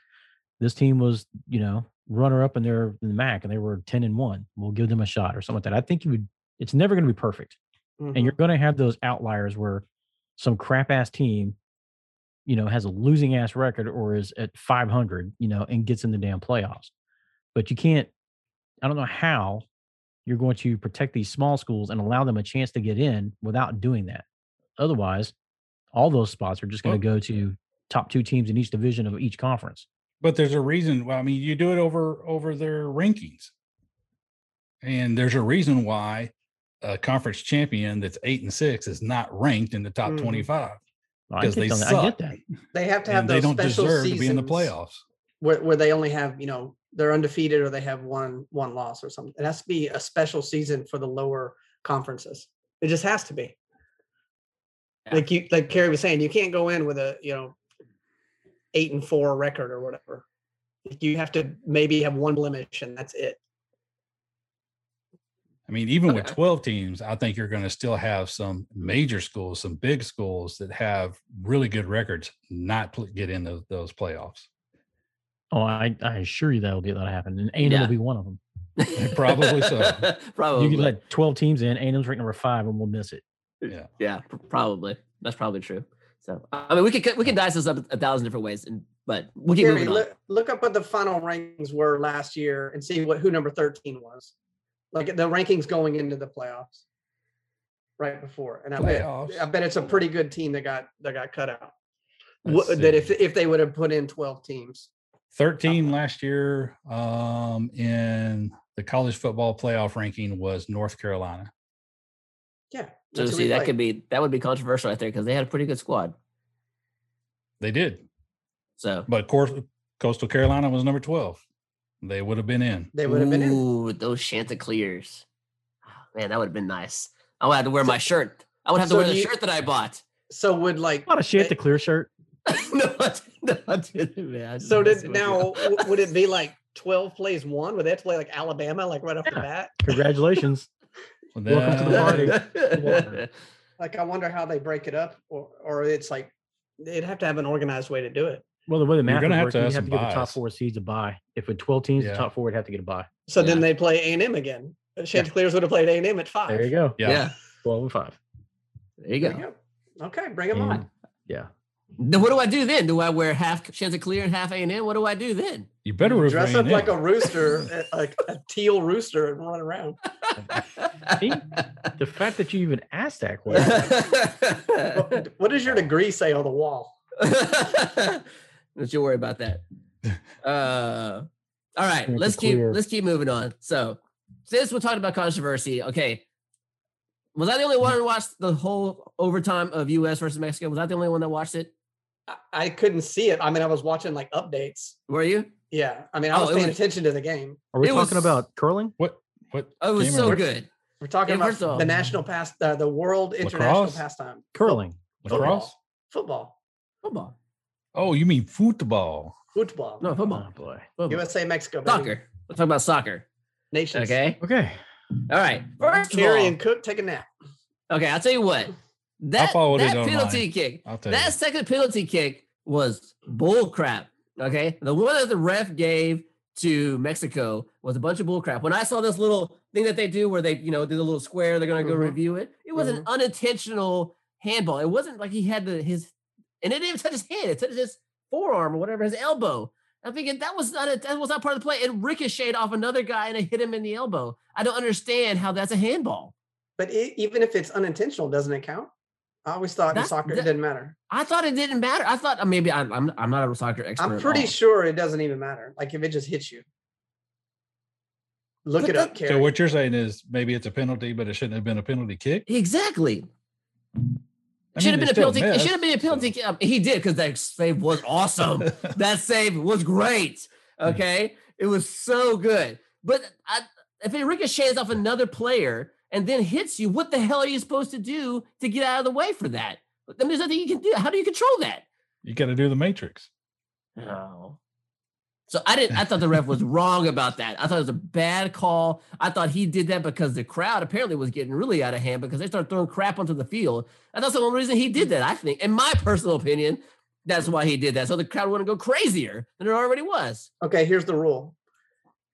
B: this team was, you know, runner up in their in the MAC and they were 10 and 1. We'll give them a shot or something like that. I think you would it's never going to be perfect and
D: Mm-hmm.
B: you're going to have those outliers where some crap ass team you know has a losing ass record or is at 500 you know and gets in the damn playoffs but you can't i don't know how you're going to protect these small schools and allow them a chance to get in without doing that otherwise all those spots are just going to go to top two teams in each division of each conference
D: But there's a reason. Well, I mean, you do it over over their rankings, and there's a reason why a conference champion that's eight and six is not ranked in the top
B: Mm-hmm.
C: Mhm.
D: 25
B: I
D: because they
B: get that.
D: suck.
B: I get that
C: they have to have
D: and
C: those
D: they don't
C: special
D: deserve
C: seasons
D: to be in the playoffs.
C: where, where they only have you know they're undefeated or they have one one loss or something. It has to be a special season for the lower conferences. It just has to be.
A: Yeah.
C: Like you like Kerry was saying, you can't go in with a you know eight and four record or whatever. You have to maybe have one blemish and that's it.
D: I mean, even with
A: Okay.
D: 12 teams, I think you're going to still have some major schools, some big schools that have really good records not pl- get into those playoffs.
B: oh i, I assure you that'll be that'll happen and a&m
A: Yeah.
B: will be one of them
D: Probably so.
A: probably.
B: you can let 12 teams in a&m's ranked number five and we'll miss it
A: yeah, pr- probably. That's probably true. So I mean, we could cut- we could dice this up a thousand different ways, and but we'll keep
C: Gary,
A: moving on.
C: look, look up what the final rankings were last year and see what who number 13 was. Like the rankings going into the playoffs right before. And I
D: Playoffs?
C: bet I bet it's a pretty good team that got that got cut out.
D: Let's
C: Wha- that if
D: see.
C: if they would have put in 12 teams.
D: 13 last year um, in the college football playoff ranking was North Carolina.
C: Yeah.
A: so see, that could be that would be controversial right there because they had a pretty good squad.
D: They did,
A: So
D: but course, Coastal Carolina was number 12. They would have been in.
C: they would have been in.
A: Ooh, those Chanticleers. Ah, Man, that would have been nice. I would have to wear my shirt. I would have to
C: so
A: wear
C: do
A: the
C: you-
A: shirt that I bought.
C: So would like
B: Not a shit
D: Eh,
C: they-
B: the clear shirt.
A: no, I, no, I didn't, man. I
C: so
A: just
C: did
A: messing
C: now
A: with you.
C: w- would it be like 12 plays one? Would they have to play like Alabama like right off the
B: Yeah.
C: bat?
B: Congratulations. Welcome to the
D: Nah.
B: party.
C: Like I wonder how they break it up or or it's like they'd have to have an organized way to do it.
B: Well, the way the math would
D: gonna have
B: work,
D: to
B: you'd
D: have
B: have
D: some
B: to give the top
D: buys.
B: four seeds a buy. If with 12 teams,
D: Yeah.
B: the top four would have to get a buy.
C: So
A: Yeah.
C: then they play A and M again. Uh, Chanticleers would have played A and M at five.
B: There you go.
A: yeah.
D: Yeah.
B: 12 and 5.
A: there you
C: There
A: go.
C: you go. Okay, bring them
B: And-
C: on.
B: yeah.
A: Then what do I do then? Do I wear half Chanticleer and half A and M? What do I do then?
D: You better root for
C: Dress up
D: A&M.
C: like a rooster, a- like a teal rooster, and run around.
B: See? The fact that you even asked that question,
C: What
A: Don't
C: what does your degree say on the wall?
A: you worry about that. Uh, all right,
B: Make it
A: let's keep
B: clear.
A: let's keep moving on. So, since we're talking about controversy, okay, was I the only one who watched the whole overtime of U.S. versus Mexico? Was I the only one that watched it?
C: I, I couldn't see it. I mean, I was watching like updates.
A: Were you?
C: Yeah, I mean, I
A: Oh,
C: was
A: it
C: paying
A: was-
C: attention to the game.
B: are we
A: It
B: talking
A: was-
B: about curling?
D: What? What?
A: Oh, it was
D: game are
A: so
D: we-
A: good.
C: We're talking
A: Yeah, first
C: about
A: off-
C: the national past, uh, the world international
D: Lacrosse?
C: pastime,
B: Curling.
C: Oh,
D: Lacrosse?
C: football,
A: Football?
D: Oh, you mean football?
C: football,
A: No, football.
B: Oh, boy.
A: football.
C: USA, Mexico, baby.
A: Soccer. We're talking about soccer.
C: nations.
A: Okay.
B: Okay.
A: All right. First of
C: Carey
A: all,
C: and Cook take a nap.
A: okay, I'll tell you what. That,
D: followed it
A: that
D: online.
A: penalty kick
D: I'll tell
A: That second penalty kick was bull crap. Okay. The one that the ref gave to Mexico was a bunch of bullcrap. When I saw this little thing that they do where they, you know, do the little square, they're going to go
C: Mhm.
A: review it. It was an
C: Mm-hmm.
A: unintentional handball. It wasn't like he had the, his, and it didn't even touch his hand. It touched his forearm or whatever, his elbow. I'm thinking that was not a, that was not part of the play. It ricocheted off another guy and it hit him in the elbow. I don't understand how that's a handball.
C: But e- even if it's unintentional, doesn't it count? I always thought in
A: That's-
C: soccer
A: that-
C: it didn't matter.
A: I thought it didn't matter. I thought uh, maybe I'm I'm, I'm not a soccer expert.
C: I'm
A: at
C: pretty
A: all.
C: sure it doesn't even matter. Like if it just hits you. Look
A: But
C: it up,
A: that-
C: Carrie.
D: So what you're saying is maybe it's a penalty, but it shouldn't have been a penalty kick.
A: Exactly.
D: I
A: should have been
D: mean, they
A: a penalty.
D: still
A: it should have been a
D: missed,
A: penalty. kick. Um, he did because that save was awesome.
D: so.
A: that save was great.
D: Yeah.
A: Okay, it was so good. But I, if it ricochets off another player and then hits you, what the hell are you supposed to do to get out of the way for that? I mean, there's nothing you can do. How do you control that?
D: you got to do the matrix.
A: Oh. So I didn't. I thought the ref was wrong about that. I thought it was a bad call. I thought he did that because the crowd apparently was getting really out of hand because they started throwing crap onto the field. And that's the only reason he did that. I think, in my personal opinion, that's why he did that. So the crowd wouldn't go crazier than it already was.
C: Okay, here's the rule.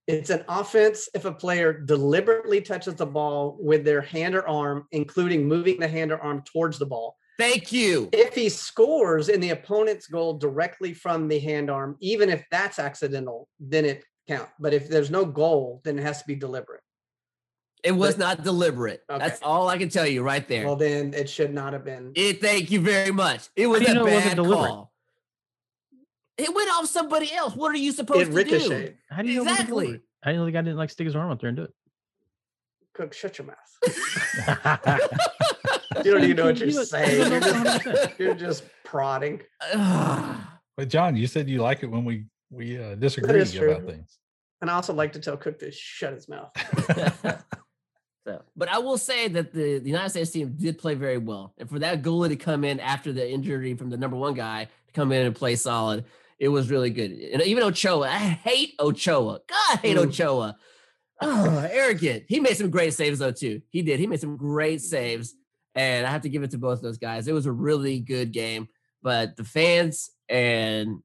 C: It's an offense if a player deliberately touches the ball with their hand or arm, including moving the hand or arm towards the ball.
A: Thank you.
C: If he scores in the opponent's goal directly from the hand arm, even if that's accidental, then it count. But if there's no goal, then it has to be deliberate.
A: It was
C: But-
A: not deliberate.
C: Okay.
A: That's all I can tell you right there.
C: Well, then it should not have been.
A: It, thank you very much. It was
B: do you
A: a
B: know it wasn't
A: bad
B: deliberate?
A: call. It went off somebody else. What are you supposed
C: It
A: to do?
C: ricocheted.
B: How do you know it wasn't
A: Exactly.
B: deliberate? I didn't know the guy didn't like stick his arm out there and do it.
C: Cook, shut your mouth.
B: you
C: You don't even know what
B: You- you-
C: you're saying. You're just,
B: 100%.
C: you're just prodding.
A: Ugh.
D: But John, you said you like it when we we uh, disagree
C: is
D: about
C: true.
D: things.
C: And I also like to tell Cook to shut his mouth.
A: so, but I will say that the, the United States team did play very well, and for that goalie to come in after the injury from the number one guy to come in and play solid, it was really good. And even Ochoa, I hate Ochoa. God, I hate
C: Mm.
A: Ochoa. Oh, arrogant. He made some great saves though too. He did. He made some great saves, and I have to give it to both those guys. It was a really good game, but the fans and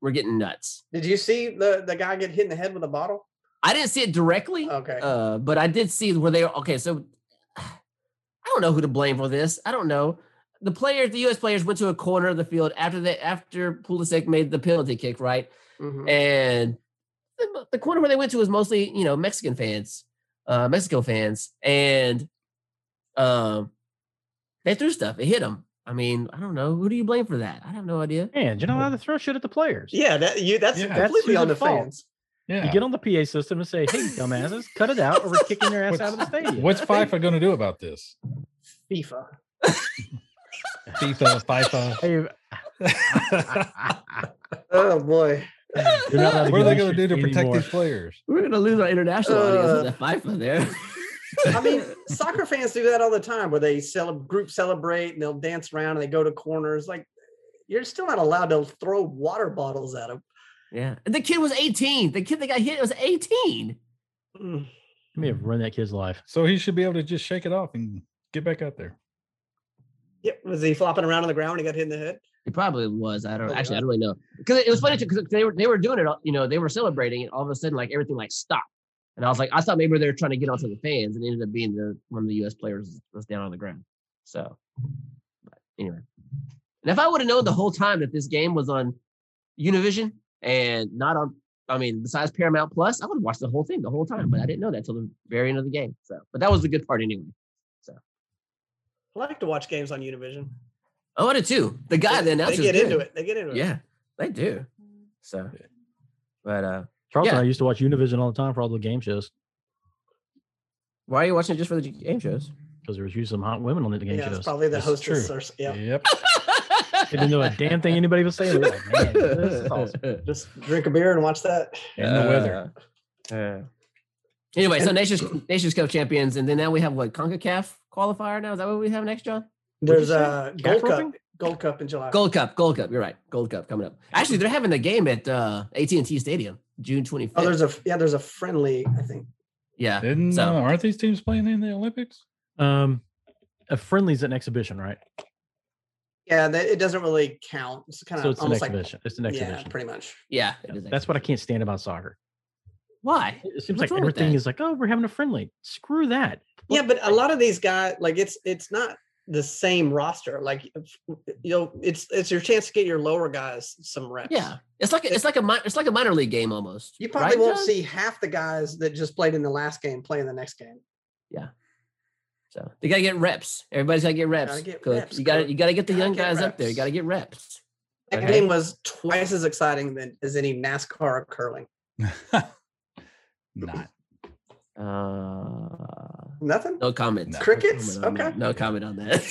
A: we're getting nuts.
C: Did you see the, the guy get hit in the head with a bottle?
A: I didn't see it directly.
C: Okay.
A: Uh, but I did see where they okay. So I don't know who to blame for this. I don't know. The players, the U.S. players, went to a corner of the field after they after Pulisic made the penalty kick, right?
C: Mhm.
A: And the, the corner where they went to was mostly you know Mexican fans, uh, Mexico fans, and um, they threw stuff. It hit them. I mean, I don't know. Who do you blame for that? I have no idea.
B: Man, you're not allowed to throw shit at the players.
C: Yeah, that you that's
D: Yeah. That's
C: completely
B: your
C: on the
B: fault.
C: fans.
D: Yeah.
B: You get on the PA system and say, "Hey, dumbasses, cut it out, or we're kicking your ass out of the stadium."
D: What's FIFA going to do about this?
C: FIFA.
D: FIFA, FIFA.
B: Hey,
C: Oh boy.
B: you're not allowed
D: what are they
B: do
D: going
B: that
D: to do to
B: shit
D: protect
B: anymore.
D: these players?
A: We're gonna lose our international audience
C: Uh,
A: with that FIFA there.
C: I mean, soccer fans do that all the time where they celeb- group celebrate and they'll dance around and they go to corners. Like you're still not allowed to throw water bottles at them.
A: Yeah. And the kid was 18. The kid that got hit was 18.
C: Mm.
B: You may have ruined that kid's life.
D: So he should be able to just shake it off and get back out there.
C: Yep. Was he flopping around on the ground and he got hit in the head?
A: It probably was. I don't
C: Oh,
A: actually.
C: yeah.
A: I don't really know because it was funny too. Because they were they were doing it. all- You know, they were celebrating, and all of a sudden, like everything like stopped. And I was like, I thought maybe they were trying to get onto the fans, and it ended up being the one of the U.S. players was down on the ground. So, but anyway, and if I would have known the whole time that this game was on Univision and not on, I mean, besides Paramount Plus, I would have watched the whole thing the whole time. But I didn't know that till the very end of the game. So, but that was the good part anyway.
C: I like to watch games on Univision.
A: Oh, I did too. The guy
C: they,
A: the
C: they
A: announcer
C: get
A: good.
C: into it. They get into it.
A: Yeah, they do. So, but uh,
B: Charles and
A: Yeah.
B: I used to watch Univision all the time for all the game shows
A: why are you watching it just for the g- game shows?
B: because there was usually some hot women on the game
C: Yeah,
B: shows.
C: it's probably the
D: That's
C: hostess.
D: true.
C: Or, s- yeah.
D: Yep.
B: They didn't know a damn thing anybody was saying. They were like, Man, this is awesome.
C: Just drink a beer and watch that.
D: And the weather.
A: Uh, uh. Anyway, so Nations Nations Cup champions, and then now we have what Concacaf qualifier. Now is that what we have next, John?
C: There's
B: you say?
C: a
B: Calf
C: gold cup.
B: roping?
C: Gold cup in July.
A: Gold Cup, Gold Cup. You're right, Gold Cup coming up. Actually, they're having a game at uh, AT&T Stadium, June 25th.
C: Oh, there's a yeah, there's a friendly. I think
A: yeah,
D: Didn't,
A: So-
D: uh, aren't these teams playing in the Olympics?
B: Um, a friendly's an exhibition, right?
C: yeah, that, it doesn't really count. It's kind of
B: So it's an
C: almost like
B: exhibition. it's an
C: yeah,
B: exhibition.
C: pretty much.
A: yeah. it
B: Yeah,
A: is
B: That's what I can't stand about soccer.
A: Why?
B: It seems
A: What's
B: like
A: wrong with
B: everything
A: that?
B: is like, oh, we're having a friendly. Screw that.
C: Yeah, but a lot of these guys, like it's it's not the same roster. Like you know, it's it's your chance to get your lower guys some reps.
A: Yeah, it's like a, it's like a mi- it's like a minor league game almost.
C: You
A: right,
C: probably won't
A: John?
C: see half the guys that just played in the last game play in the next game.
A: So they gotta get reps. Everybody's gotta get reps.
C: Gotta get
A: coach.
C: reps,
A: You gotta
C: coach.
A: you gotta get the
C: Gotta
A: young
C: get
A: guys up there. You
C: reps.
A: gotta get reps.
C: That
B: Okay.
C: game was twice as exciting than as any NASCAR or curling.
D: Not.
A: Uh,
C: Nothing.
A: no comment.
D: No.
A: comment
C: Crickets?
A: on that.
C: Okay.
A: No comment on that.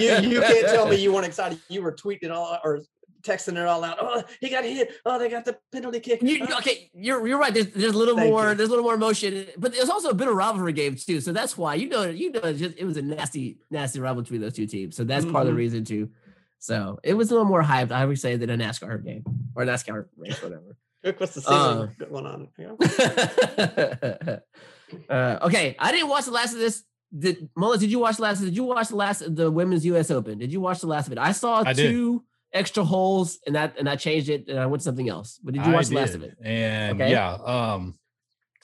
C: you you can't tell me you weren't excited. You were tweeting all or texting it all out. Oh, he got hit. Oh, they got the penalty kick.
A: You, you-
C: Oh,
A: okay, you're you're right. There's, there's a little
C: Thank
A: more.
C: you.
A: There's a little more emotion, but there's also a bit of rivalry game too. So that's why you know you know it's just it was a nasty nasty rivalry between those two teams. So that's part of
C: Mhm.
A: the reason too. So it was a little more hyped, I would say, than a NASCAR game or a NASCAR race, whatever.
C: Look what's the
A: Uh,
C: season going on? Yeah.
A: uh, okay, I didn't watch the last of this. Did Mullins? Did you watch the last? Did you watch the last of the Women's U.S. Open? Did you watch the last of it? I saw
D: I did.
A: two extra holes, and that and I changed it, and I went to something else. But did you
D: I
A: watch the last of
D: did,
A: it?
D: And
A: Okay.
D: yeah, um,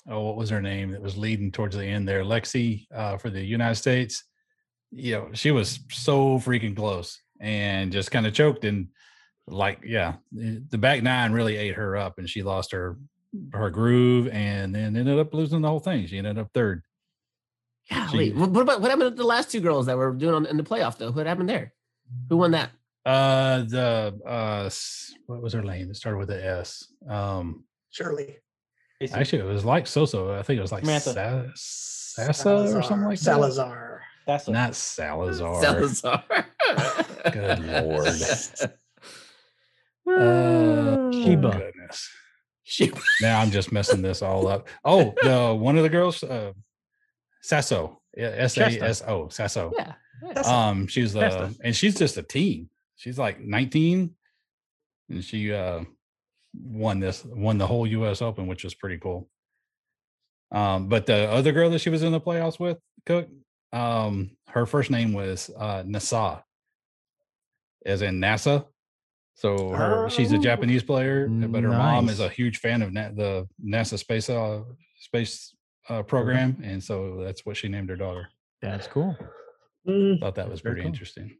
D: oh, what was her name that was leading towards the end there? Lexi uh, for the United States. You know, she was so freaking close and just kind of choked and like, yeah, the the back nine really ate her up and she lost her her groove and then ended up losing the whole thing. She ended up third.
A: Golly,
D: Jeez.
A: what, what about what happened to the last two girls that were doing on, in the playoff though? What happened there? Who won that?
D: Uh, the uh, s- what was her name? It started with a S. Um,
C: Surely.
D: actually, it was like Soso. I think it was like
B: Samantha.
D: Sa- Sassa or something like that.
C: Salazar.
B: That's a-
D: Not Salazar.
A: Salazar.
D: Good lord.
A: Uh,
B: Sheba.
D: Oh Goodness.
A: Sheba.
D: Now I'm just messing this all up. Oh, the one of the girls, uh, Sasso, S A S O, Sasso.
A: Yeah.
C: That's
D: Um, she was uh,
B: Shasta.
D: and she's just a teen. She's like 19, and she uh won this, won the whole U.S. Open, which was pretty cool. Um, but the other girl that she was in the playoffs with, Cook, um, her first name was uh Nasa, as in NASA. So her, she's a
C: Oh.
D: Japanese player, but her mom is a
B: Nice.
D: huge fan of Na- the NASA space uh, space uh, program, and so that's what she named her daughter
B: That's cool.
C: Mm,
D: thought that was
B: Very
D: pretty
B: cool.
D: interesting.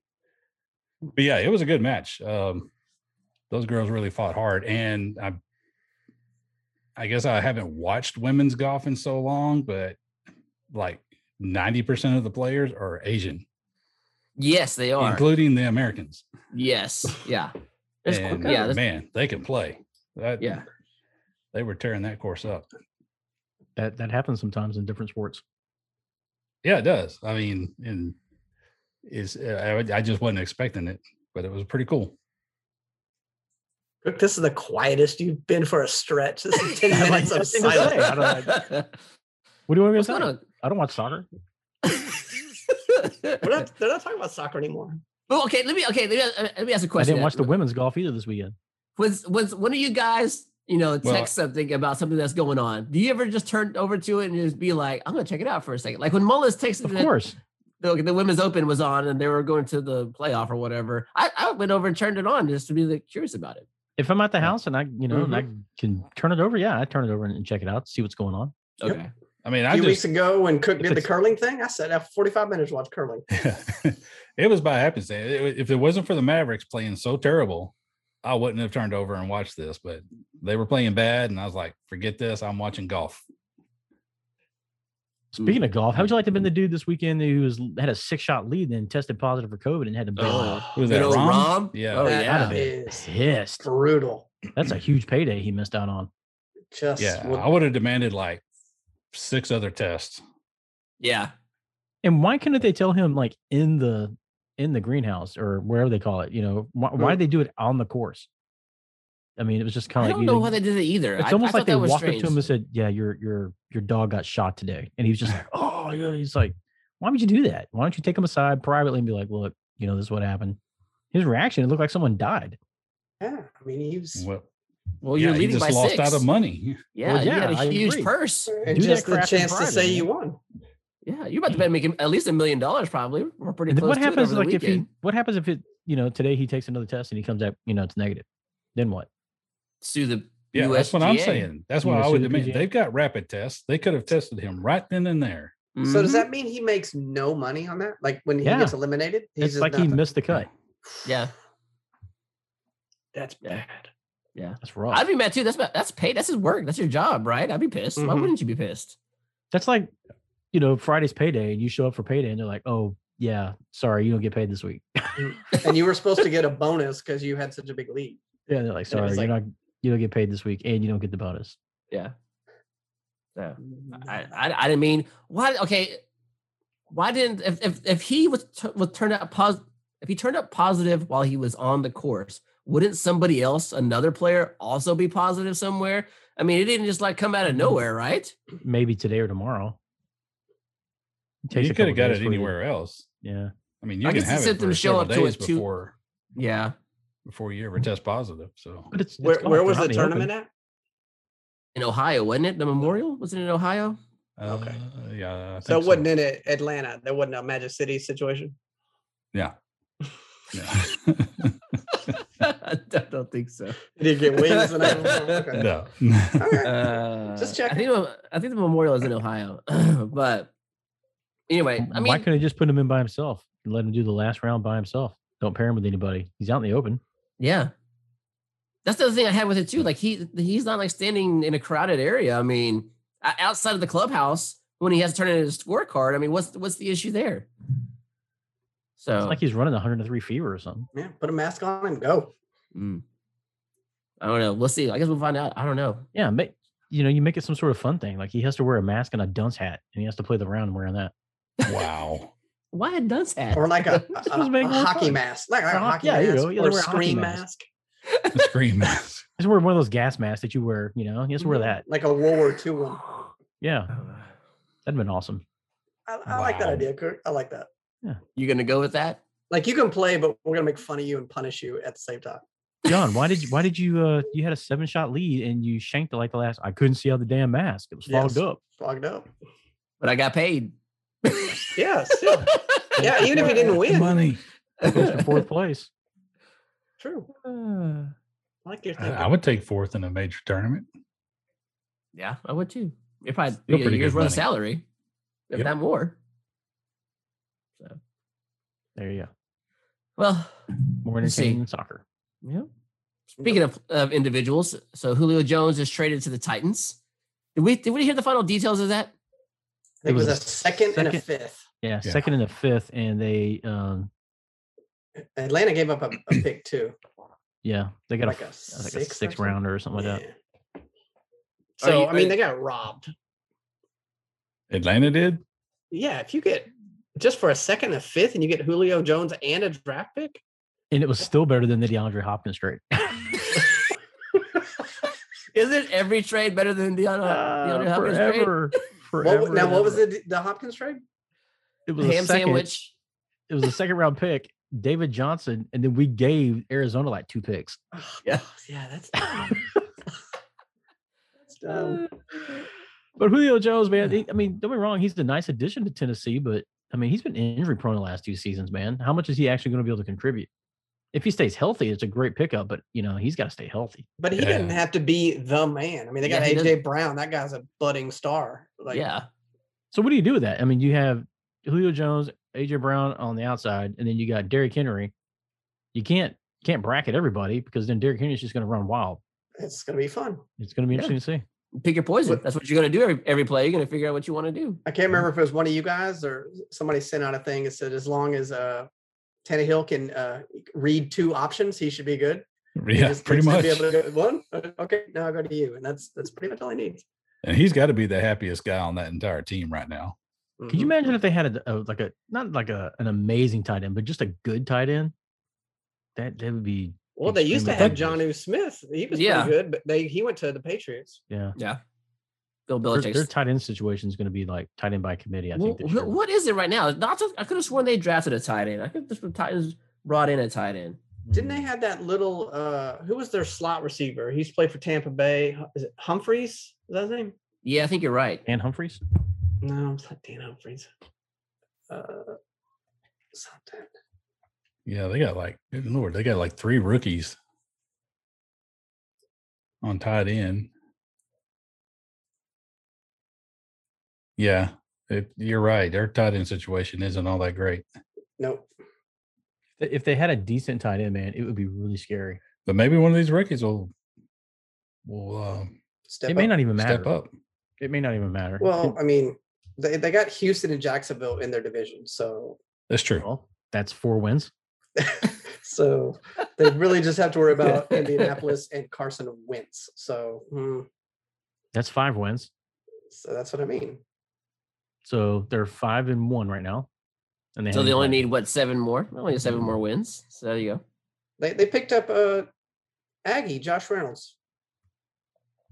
D: But yeah, it was a good match. Um, those girls really fought hard, and I, I guess I haven't watched women's golf in so long, but like ninety percent of the players are Asian,
A: Yes, they are.
D: including the Americans.
A: yes. Yeah. There's-
D: And
A: yeah. there's-
D: man, they can play. That,
A: yeah.
D: they were tearing that course up.
B: That that happens sometimes in different sports.
D: Yeah, it does. I mean, and is I, would- I just wasn't expecting it, but it was pretty cool.
C: Cook, this is the quietest you've been for a stretch. This is 10
A: Yeah, like,
C: minutes of
B: nothing to say.
C: silence.
B: I don't What do you want me to
A: What's
B: say?
A: going on?
B: I don't watch soccer.
C: We're not, they're not talking about soccer anymore.
A: Well, okay, let me okay, let me, uh, let me ask a
B: I
A: question.
B: didn't watch the women's golf either this weekend.
A: was was one of you guys you know text
D: Well,
A: something about something that's going on do you ever just turn over to it and just be like i'm gonna check it out for a second like when mullins texted
B: Of
A: that
B: course.
A: The, the women's open was on and they were going to the playoff or whatever i, I went over and turned it on just to be like, curious about it Mm-hmm.
B: If I'm at the house and I, you know, and
C: Mm-hmm.
B: I can turn it over, yeah, I turn it over and, and check it out, see what's going on.
C: Yep.
A: okay
D: I mean,
C: A
D: I
C: few
D: just
C: weeks ago when Cook did the
B: It's-
C: curling thing, I said, I have 45 minutes to watch curling.
D: it was by happenstance. It wa- If it wasn't for the Mavericks playing so terrible, I wouldn't have turned over and watched this. But they were playing bad, and I was like, "Forget this. I'm watching golf."
B: Speaking
A: Mm-hmm.
B: of golf, how would you like to have been the dude this weekend who was had a six shot lead and then tested positive for COVID and had to
A: Oh,
B: bail out?
D: Who was
A: Good
D: that,
A: old
D: Rom?
A: Rom?
D: Yeah.
A: oh
C: That
A: yeah
C: is
B: Pissed.
C: brutal.
B: That's a huge payday he missed out on.
C: Just
D: Yeah,
C: would-
D: I would have demanded like six other tests.
A: yeah
B: And why couldn't they tell him like in the in the greenhouse or wherever they call it? You know, why why
C: Right.
B: did they do it on the course? I mean, it was just
A: Mm-hmm. i
B: kind of like
A: don't
B: you
A: know
B: know,
A: why they did it either
B: It's
A: I-
B: almost
A: I,
B: like
A: thought
B: they
A: that was
B: walked
A: strange.
B: up to him and said, "Yeah, your your your dog got shot today," and he was just like, "Oh, yeah." He's like, "Why would you do that? Why don't you take him aside privately and be like, look, you know, this is what happened." His reaction, it looked like someone died.
C: yeah. I mean, he was.
D: Well,
A: well
D: yeah,
A: you're
D: he
A: leading
D: just
A: by
D: lost
A: six
D: out of money.
A: yeah,
B: Well,
A: you had
B: yeah, I
A: a huge
B: agree.
A: purse
C: And
B: Do that
C: just the
B: crap in
C: chance to
B: private,
C: say
B: man.
C: you won.
A: yeah you're about to bet making at least a million dollars probably we're pretty
B: And then
A: close
B: what
A: to it
B: happens
A: over the
B: like if he
A: weekend.
B: what happens if it you know today he takes another test and he comes out you know it's negative? Then what?
A: sue the
D: Yeah, that's what I'm
A: USGA.
D: saying. That's what I
B: USGA.
D: would admit. They've got rapid tests. They could have tested him right then and there.
C: So does
A: Mhm.
C: that mean he makes no money on that? Like when he
B: Yeah.
C: gets eliminated, he's
B: it's
C: just
B: like he
C: nothing.
B: missed the cut.
A: mm-hmm. Yeah,
C: That's
A: Yeah.
C: bad.
B: That's rough.
A: I'd be mad too. That's about- that's paid. That's his work. That's your job, right? I'd be pissed. Why
B: Mm-hmm.
C: Mhm.
A: wouldn't you be pissed?
B: That's like, you know, Friday's payday, and you show up for payday, and they're like, "Oh, yeah, sorry, you don't get paid this week." yeah,
C: and you were supposed to get a bonus because you had such a big lead.
B: they're like,
A: And it
B: "Sorry,
A: was
B: you're not, you don't get paid this week, and you don't get the bonus."
A: Yeah. Yeah. I,
B: Mm,
A: I, I didn't mean why. Okay, why didn't if if, if he was t- was turned out positive if he turned up positive while he was on the course, wouldn't somebody else, another player, also be positive somewhere? I mean, it didn't just like come out
B: Mm-hmm.
A: of nowhere, right?
B: Maybe today or tomorrow. It takes
D: you
B: a
D: could have
B: couple
D: got
B: days
D: it
B: for you to-
D: anywhere else.
B: Yeah,
D: I mean, you
A: I
D: can
A: guess the
D: have it for
A: symptoms show
D: several
A: up to
D: days
A: it too.
D: before
A: Yeah,
D: before you ever test positive. So
B: but it's it's
C: Where,
B: golf,
C: where
B: they're
C: was
B: not
C: the
B: in open.
C: tournament at?
A: in Ohio, wasn't it? The Memorial was it in Ohio?
C: Okay.
D: uh, yeah. I
C: So
D: think
C: it wasn't in a- Atlanta. That wasn't a Magic City situation.
D: Yeah. Yeah.
A: I don't don't think so.
C: He didn't get wins. And I okay.
D: no.
C: All right.
A: Uh,
C: Just
A: I think the- I think the Memorial is in Ohio, but anyway, I
B: Why
A: mean,
B: couldn't I just put him in by himself and let him do the last round by himself? Don't pair him with anybody. He's out in the open.
A: Yeah. That's the other thing I had with it too. Like he he's not like standing in a crowded area. I mean, o- outside of the clubhouse when he has to turn in his scorecard. I mean, what's what's the issue there? So
C: Oh.
B: It's like he's running 103 fever or something.
C: Yeah, put a mask on and go.
A: mm. I don't know. We'll see. I guess we'll find out. I don't know.
B: Yeah, make you know, you make it some sort of fun thing. Like he has to wear a mask and a dunce hat, and he has to play the round wearing that.
D: Wow.
A: Why it does that?
C: Or like a, a,
B: Just make
C: a
B: more
C: hockey
B: fun.
C: mask. Like, like
B: Or
C: a
B: ho-
C: hockey
B: yeah,
C: mask.
B: you know, yeah,
C: or a
B: wear a hockey
C: scream
B: mask.
C: mask.
D: Scream mask.
B: Just wear one of those gas masks that you wear. You know, he has to wear
A: Mhm.
B: that.
C: Like a World War II one.
B: Yeah, that'd been awesome.
C: I, I like that
D: Wow.
C: idea, Kurt. I like that.
A: You gonna go with that?
C: Like you can play, but we're gonna make fun of you and punish you at the same time.
B: John, why did you? Why did you? Uh, you had a seven shot lead and you shanked it like the last. I couldn't see out the damn mask. It was fogged
C: Yes.
B: up.
C: Fogged up.
A: But I got paid.
C: Yeah, still. yeah, even if you didn't win.
D: Money.
B: Goes to fourth place.
C: True.
B: Ah.
A: yeah,
C: I like your
D: Uh, I,
C: thinking.
D: I would take fourth in a major tournament.
A: I would too. If I
D: Still
A: yeah,
D: pretty
A: years
D: good
A: worth
D: money.
A: of salary, if
D: Yep.
A: not more. So
B: There you go.
A: well,
B: More
A: Let's see.
B: entertaining than soccer.
A: Yeah. Speaking of, of individuals, so Julio Jones is traded to the Titans. Did we did we hear the final details of that?
C: I think it was a second, and a fifth.
B: Yeah,
D: Yeah.
B: second and a fifth, and they um,
C: Atlanta gave up a, a pick too.
B: yeah, they got
C: Like
B: a,
C: a
B: f- I think
C: six
B: a
C: or
B: six
C: something?
B: rounder or something like that.
C: Yeah. So
A: you-
C: I mean,
A: are-
C: they got robbed.
D: Atlanta did.
C: Yeah, if you get just for a second, a fifth, and you get Julio Jones and a draft pick,
B: And it was still better than the DeAndre Hopkins trade.
A: Isn't every trade better than Deanna, Deandre
B: Uh,
A: Hopkins trade?
B: forever,
C: What
B: forever.
C: w- now what was
B: it?
C: the the Hopkins trade?
B: It was a
A: Ham
B: second-
A: sandwich.
B: It was a second round pick, David Johnson, and then we gave Arizona like two picks.
C: Ugh,
A: Yeah.
C: yeah, that's dumb. that's dumb.
B: Um, But Julio Jones, man, he- I mean, don't be wrong, he's a nice addition to Tennessee, but I mean, he's been injury prone the last two seasons, man. How much is he actually going to be able to contribute? If he stays healthy, it's a great pickup, but you know, he's got to stay healthy.
C: But he didn't
D: Yeah.
C: have to be the man. I mean, they got
A: Yeah, he
C: AJ Brown. That guy's a budding star. Like,
A: yeah.
B: So what do you do with that? I mean, you have Julio Jones, AJ Brown on the outside, and then you got Derrick Henry. You can't can't bracket everybody because then Derrick Henry's just going to run wild.
C: it's gonna be fun.
B: It's going to be
A: Yeah.
B: interesting to see.
A: Pick your poison.
C: What-
A: That's what you're gonna do every, every play. You're gonna figure out what you want to do.
C: I can't remember if it was one of you guys or somebody sent out a thing that said as long as uh Tannehill can uh, read two options, he should be good. He
D: Yeah,
C: just
D: pretty
C: needs to
D: much.
C: Be able to go, one. Uh, Okay, now I go to you, and that's that's pretty much all he needs.
D: and he's got to be the happiest guy on that entire team right now.
B: Could you
C: Mhm.
B: imagine if they had a, a like a not like a an amazing tight end, but just a good tight end? That that would be
C: Well, they used to have
B: extremely
C: John U. Smith. He was
A: Yeah.
C: pretty good, but they he went to the Patriots.
B: yeah.
A: Yeah. Bill
B: Their, their
A: Belichick's.
B: tight end situation is going to be like tight end by committee. I
A: Well,
B: think. this year.
A: wh- what is it right now? Not just- I could have sworn they drafted a tight end. I could have the Titans brought in a tight end.
C: Didn't
B: Mm.
C: they have that little uh who was their slot receiver? He's played for Tampa Bay. Hu- Is it Humphreys? Is that his name?
A: Yeah, I think you're right.
B: Dan Humphreys?
C: No, it's not Dan Humphreys. Uh something.
D: Yeah, they got like good lord, they got like three rookies. on tight end. Yeah, it, you're right. Their tight end situation isn't all that great.
C: Nope.
B: If they had a decent tight end, man, it would be really scary.
D: But maybe one of these rookies will will um,
C: Step
B: it may
C: up.
B: not even matter.
D: step up.
B: It may not even matter.
C: Well, I mean, they, they got Houston and Jacksonville in their division, so
D: That's true.
B: Well, that's four wins.
C: so they really just have to worry about Indianapolis and Carson Wentz. So, hmm,
B: That's five wins.
C: so that's what I mean.
B: So they're five and one right now. And uh,
A: So
B: haven't
A: they only
B: played.
A: need what seven more? Only seven more wins. So there you go.
C: They they picked up uh Aggie Josh Reynolds.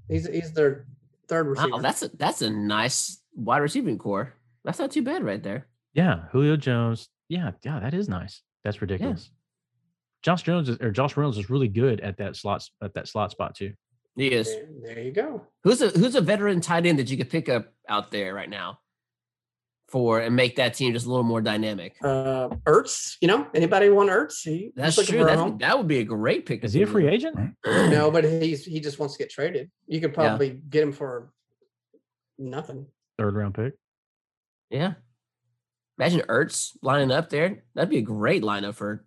C: He's he's their third receiver.
A: Wow, that's a that's a nice wide receiving core. That's not too bad right there.
B: Yeah, Julio Jones. Yeah, yeah, that is nice. That's ridiculous. Josh Jones is, or Josh Reynolds is really good at that slots at that slot spot too.
A: He is.
C: there, there you go.
A: Who's a who's a veteran tight end that you could pick up out there right now for and make that team just a little more dynamic?
C: Uh Ertz, you know, anybody want Ertz? He,
A: That's
C: he's looking
A: true.
C: for a
A: That's,
C: home.
A: that would be a great pick.
B: Is
A: to
B: he a
A: do.
B: free agent?
C: No, but he's he just wants to get traded. You could
A: Yeah.
C: probably get him for nothing.
B: Third round pick.
A: Yeah. Imagine Ertz lining up there. That'd be a great lineup for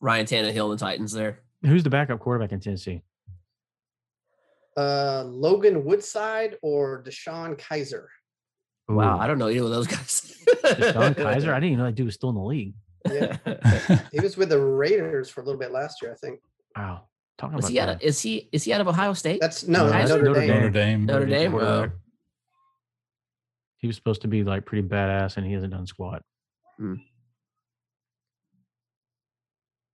A: Ryan Tannehill and the Titans there.
B: Who's the backup quarterback in Tennessee?
C: Uh Logan Woodside or Deshaun Kaiser.
A: Wow,
B: Ooh,
A: I don't know either of those guys.
B: Deshaun Kaiser. I didn't even know that dude was still in the league.
C: Yeah.
A: Oh.
C: He was with the Raiders for a little bit last year, I think.
B: Wow. Talking
A: is
B: about
A: he out? Of,
B: that.
A: is he is he out of Ohio State?
C: That's no,
B: No,
A: that's
C: Notre,
B: Notre
C: Dame.
B: Dame.
D: Notre Dame.
A: Notre Dame.
B: quarterback.
A: Oh,
B: He was supposed to be like pretty badass, and he hasn't done squat.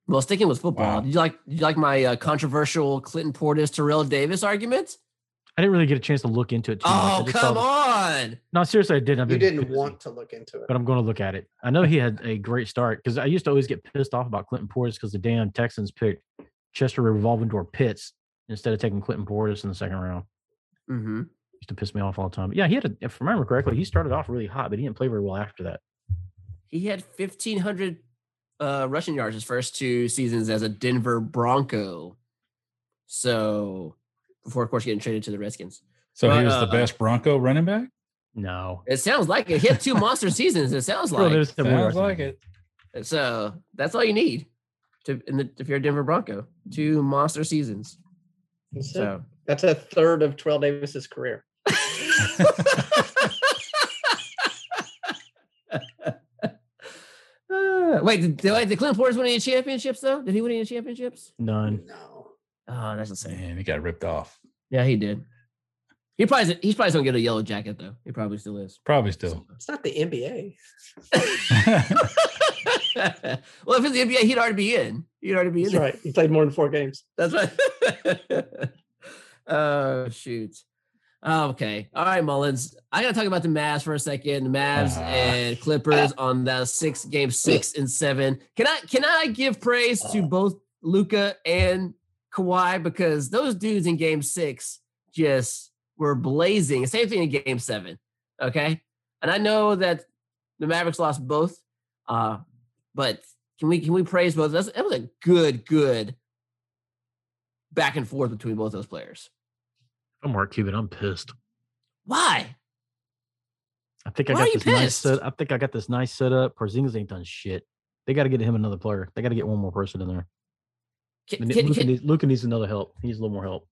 A: well, sticking with football,
D: Wow.
A: did you like did you like my uh, controversial Clinton Portis Terrell Davis argument?
B: I didn't really get a chance to look into it. Too much. I
A: Oh
B: just saw
A: come
B: the-
A: on!
B: No, seriously, I didn't. I've
C: You
B: been too
C: didn't
B: busy.
C: want to look into it.
B: but I'm going to look at it. I know he had a great start because I used to always get pissed off about Clinton Portis because the damn Texans picked Chester Revolving Door Pitts instead of taking Clinton Portis in the second round. Mm-hmm.
A: hmm
B: Used to piss me off all the time. But yeah, he had, a, if I remember correctly, he started off really hot, but he didn't play very well after that.
A: He had fifteen hundred uh, rushing yards his first two seasons as a Denver Bronco. So before, of course, getting traded to the Redskins.
D: So he
A: But,
D: was the
A: uh,
D: best Bronco running back.
B: No,
A: It sounds like it. He had two monster seasons. It sounds
B: Bro,
A: like
B: there's some more
D: Sounds like
B: resume.
D: it.
A: so. That's all you need to in the, if you're a Denver Bronco. Two monster seasons.
C: That's, it.
A: So
C: That's a third of Terrell Davis's career.
A: Uh, wait, did, did, wait, did Clint Portis win any championships though? Did he win any championships?
B: None.
C: No.
A: Oh, that's insane.
D: Man, he got ripped off.
A: Yeah, he did. He probably isn't- he's probably gonna get a yellow jacket though. He probably still is.
D: Probably still.
C: It's not the NBA.
A: well, if it's the NBA, he'd already be in. He'd already be in.
C: That's
A: there.
C: right. He played more than four games.
A: That's right. oh shoot. Oh, okay. All right, Mullins. I gotta talk about the Mavs for a second. The Mavs
D: Ah.
A: and Clippers on the six game six and seven. Can I can I give praise to both Luca and Kawhi because those dudes in game six just were blazing. Same thing in game seven. Okay. And I know that the Mavericks lost both. Uh, but can we can we praise both of us? It was a good, good back and forth between both those players.
B: I'm Mark Cuban. I'm pissed.
A: Why?
B: I think
A: Why
B: I
A: are
B: got
A: you
B: this nice.
A: pissed?
B: Set, I think I got this nice setup. Porzingis ain't done shit. They got to get him another player. They got to get one more person in there.
A: Can,
B: And
A: can,
B: Luka,
A: can,
B: needs, Luka needs another help. He needs a little more help.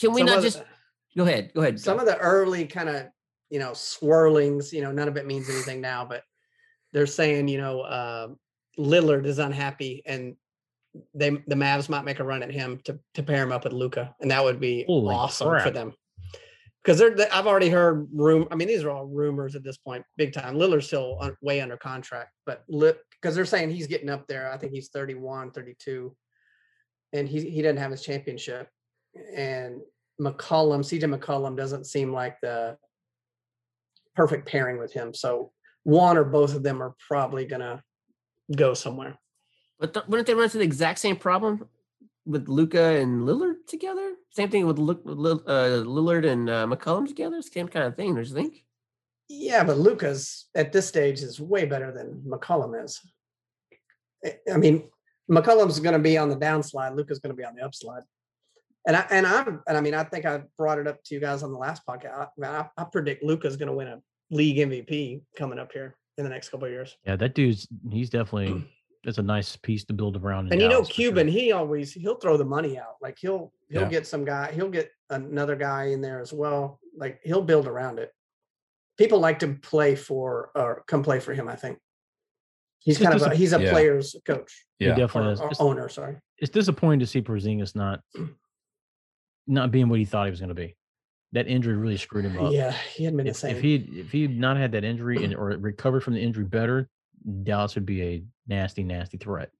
A: can we
C: Some
A: not
C: of the-
A: just go ahead? Go ahead.
C: some of the early kind of you know swirlings you know none of it means anything now but they're saying you know uh, Lillard is unhappy and they the Mavs might make a run at him to to pair him up with Luca and that would be
B: Holy
C: awesome for
B: crap.
C: them because they're they- I've already heard room I mean these are all rumors at this point big time Lillard's still un, way under contract but because they're saying he's getting up there I think he's 31 32 and he he doesn't have his championship and McCollum, CJ McCollum doesn't seem like the perfect pairing with him. So one or both of them are probably gonna go somewhere.
A: but th- wouldn't they run into the exact same problem with Luca and Lillard together? Same thing with, Lu- with Lil- uh, Lillard and uh, McCollum together. Same kind of thing, don't you think?
C: Yeah, but Luca's at this stage is way better than McCollum is. I- I mean, McCollum's gonna be on the downslide, Luca's gonna be on the upslide. And I and I'm and I mean I think I brought it up to you guys on the last podcast. I, I, I predict Luca's going to win a league MVP coming up here in the next couple of years.
B: Yeah, that dude's he's definitely that's a nice piece to build around. in
C: And you know
B: Dallas for sure.
C: Cuban, he always he'll throw the money out. Like he'll he'll
D: Yeah.
C: get some guy, he'll get another guy in there as well. Like he'll build around it. People like to play for or come play for him. I think he's
B: Just
C: kind of
B: doesn't-
C: a, he's a
D: Yeah.
C: player's coach
B: He
D: Yeah.
B: definitely
C: or,
B: is.
C: or
B: It's,
C: owner. Sorry.
B: it's disappointing to see Porzingis not not being what he thought he was going to be. That injury really screwed him up.
C: yeah, he had been the
B: If,
C: same.
B: if he if he had not had that injury and or recovered from the injury better, Dallas would be a nasty, nasty threat.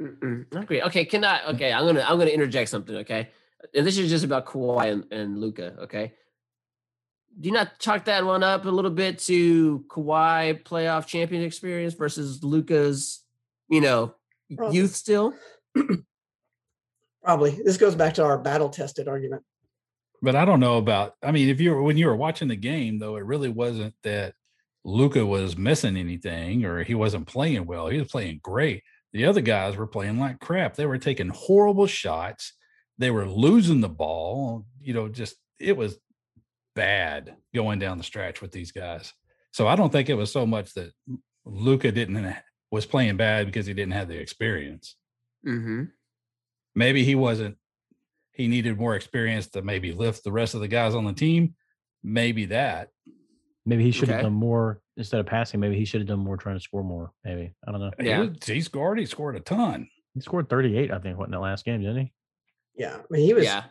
A: Mm-mm, I agree. Okay, can I? Okay, I'm gonna I'm gonna interject something. Okay, and this is just about Kawhi and, and Luca. Okay, do you not chalk that one up a little bit to Kawhi playoff champion experience versus Luca's, you know,
C: Probably.
A: youth still?
C: Probably this goes back to our battle tested argument.
D: But I don't know about. I mean, if you were when you were watching the game, though, it really wasn't that Luca was missing anything or he wasn't playing well. He was playing great. The other guys were playing like crap. They were taking horrible shots. They were losing the ball. You know, just it was bad going down the stretch with these guys. So I don't think it was so much that Luca didn't ha- was playing bad because he didn't have the experience.
A: Mm-hmm.
D: Maybe he wasn't. He needed more experience to maybe lift the rest of the guys on the team. Maybe that.
B: Maybe he should have
A: Okay.
B: done more instead of passing. Maybe he should have done more trying to score more. Maybe I don't know.
D: He
A: Yeah.
D: was- he scored. He scored a ton.
B: He scored 38, I think, what in that last game, didn't he?
C: Yeah, I mean, he was.
A: Yeah.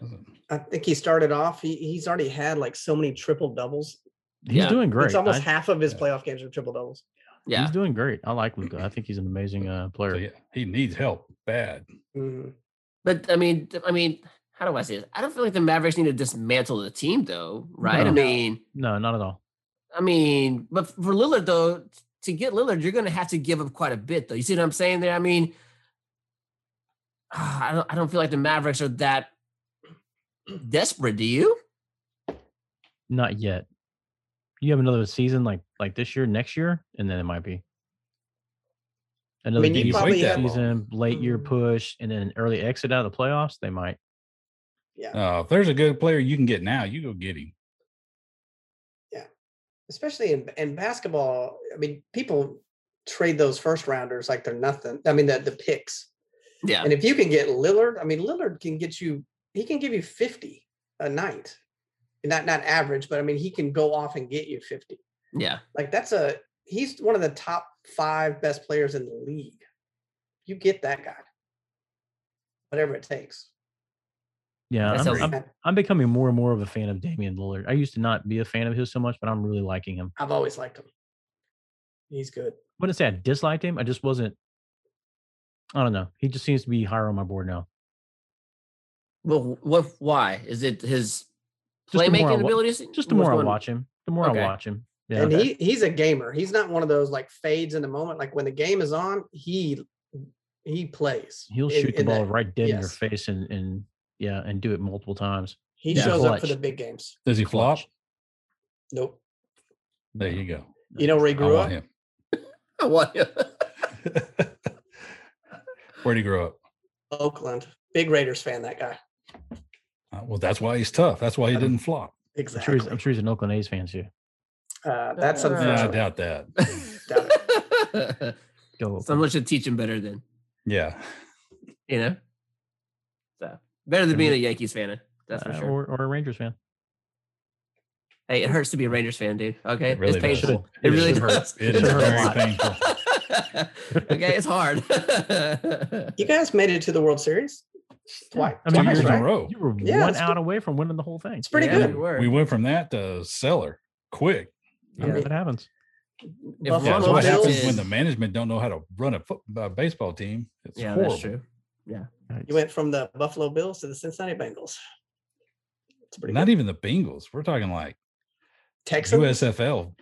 C: I think he started off. He, he's already had like so many triple doubles.
B: He's
A: Yeah.
B: doing great.
C: It's almost
B: I-
C: half of his
D: yeah.
C: playoff games are triple doubles.
A: Yeah.
C: Mm-hmm.
B: He's doing great. I like Luca. I think he's an amazing uh, player.
D: So yeah, he needs help bad.
C: Mhm.
A: But I mean, th- I mean, how do I say this? I don't feel like the Mavericks need to dismantle the team, though, right?
B: No.
A: I mean,
B: No, not at all.
A: I mean, but for Lillard though, t- to get Lillard, you're going to have to give up quite a bit, though. You see what I'm saying there? I mean, ah, I don't, I don't feel like the Mavericks are that desperate. Do you?
B: Not yet. You have another season like like this year, next year, and then it might be another
C: mean, you
B: deep
C: probably
D: have-
B: season, late year
C: Mm.
B: push, and then an early exit out of the playoffs. They might.
D: Uh, if there's a good player you can get now, you go get him.
C: Especially in, in basketball, I mean, people trade those first rounders like they're nothing. I mean, the, the picks.
A: Yeah.
C: And if you can get Lillard, I mean, Lillard can get you, he can give you 50 a night. Not not average, but I mean, he can go off and get you 50.
A: Yeah.
C: Like that's a, he's one of the top five best players in the league. You get that guy, whatever it takes.
B: Yeah,
A: That
B: I'm,
A: sounds-
B: I'm, I'm becoming more and more of a fan of Damian Lillard. I used to not be a fan of his so much, but I'm really liking him.
C: I've always liked him. He's good.
B: I wouldn't say I disliked him. I just wasn't. I don't know. He just seems to be higher on my board now.
A: Well, what? Why is it his
B: Just the more I
A: playmaking
B: wa-
A: abilities?
B: Just the
A: What's
B: more I
A: going-
B: watch him, the more
A: Okay.
B: I watch him. Yeah.
C: and
A: Okay.
C: he he's a gamer. He's not one of those like fades in the moment. Like when the game is on, he he plays.
B: He'll
C: in-
B: shoot the
C: in
B: ball
C: that-
B: right dead in your
C: yes.
B: face and and yeah, and do it multiple times.
C: He
A: Yeah.
C: shows up for
B: Clutch.
C: the big games.
D: Does he flop?
B: Clutch.
C: Nope.
D: There you go.
C: You know where he
D: I
C: grew
D: want
C: up?
D: him.
A: I want him.
D: Where'd he grow up?
C: Oakland. Big Raiders fan. That guy.
D: Uh, well, that's why he's tough. That's why he
C: Um,
D: didn't flop.
B: I'm sure,
C: Exactly.
B: he's, I'm sure he's an Oakland A's fan too.
C: Uh, that's
A: Yeah, I
D: Yeah, I
C: unfortunate.
D: doubt that.
C: Doubt
B: Go. Oakland.
A: Someone should teach him better than
D: Yeah.
A: you know. So better than
B: Mhm.
A: being a Yankees fan. That's for
B: Uh,
A: sure.
B: Or, or a Rangers fan.
A: Hey, it hurts to be a Rangers fan, dude. Okay,
D: It really
A: it's painful.
D: does.
A: It really
D: should hurt.
A: does.
D: It is
B: should hurt a
D: very
B: lot.
D: painful.
A: okay, it's hard.
C: You guys made it to the World Series twice.
B: I mean, you
D: Twice, in
B: were,
D: a
C: right?
D: row.
B: you were
C: Yeah,
B: one
C: it's
B: out away from winning the whole thing.
C: It's pretty
A: Yeah,
C: good.
A: we were.
D: We went from that to seller quick.
B: Yeah,
C: I mean,
B: That happens.
A: If
D: Yeah,
A: Ron
D: that's what
A: Rivera
D: happens
A: is-
D: when the management don't know how to run a foot, uh, baseball team. It's
A: yeah,
D: horrible.
A: that's true.
C: You went from the Buffalo Bills to the Cincinnati Bengals. It's pretty
D: Not
C: good.
D: even the Bengals. We're talking like
C: Texans. Oh,
D: USFL.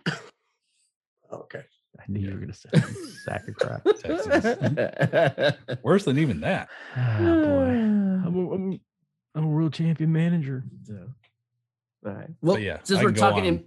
C: Okay.
B: I knew you were gonna say that, you sack of crap.
D: Worse than even that.
B: Ah, boy. I'm a, I'm, a- I'm a world champion manager.
A: So, all right. Well,
D: yeah,
A: since
D: I
A: we're
D: can go
A: talking,
D: on.
A: in-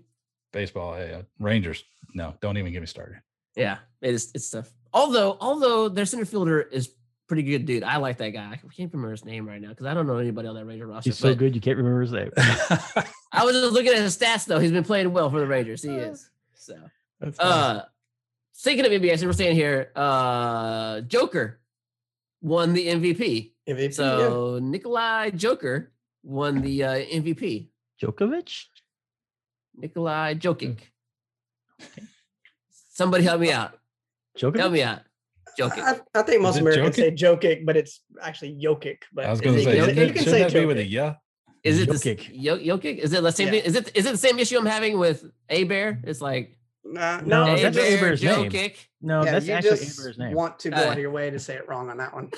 D: Baseball. Uh, Rangers. No, don't even get me started.
A: yeah, it is. It's tough. Although, although their center fielder is pretty good dude. I like that guy. I can't remember his name right now because I don't know anybody on that Ranger roster.
B: He's so
A: but
B: good you can't remember his name.
A: I was just looking at his stats though. He's been playing well for the Rangers. He is. So uh thinking of NBA, so we're staying here. Uh Joker won the MVP.
C: MVP, yeah.
A: So Nikolai Joker won the uh, MVP.
B: Djokovic?
A: Nikolai Jokic. Somebody help me out.
B: Djokovic?
A: Help me out. Jokic.
C: I, I think most
D: it
C: Americans
D: Jokic?
C: say Jokic, but it's actually Jokic. But
D: I was
C: it-
D: going to
C: you
D: say,
C: can-
D: shouldn't
C: you
D: that-
C: can
D: shouldn't
C: say
D: that be with a
C: Jokic.
D: yeah?
A: Is it the s-
B: Jokic.
A: Yo- Jokic? Is it the same?
C: Yeah.
A: thing- Is it is it the same issue I'm having with Abear? It's like
C: Nah,
B: No,
C: no,
B: that's
C: it's
B: not
A: Abear,
B: Abear's name.
A: Jokic.
B: No,
C: yeah,
B: that's
C: you
B: actually
C: just
B: Amber's name.
C: want to go
A: Uh,
C: out of your way to say it wrong on that one.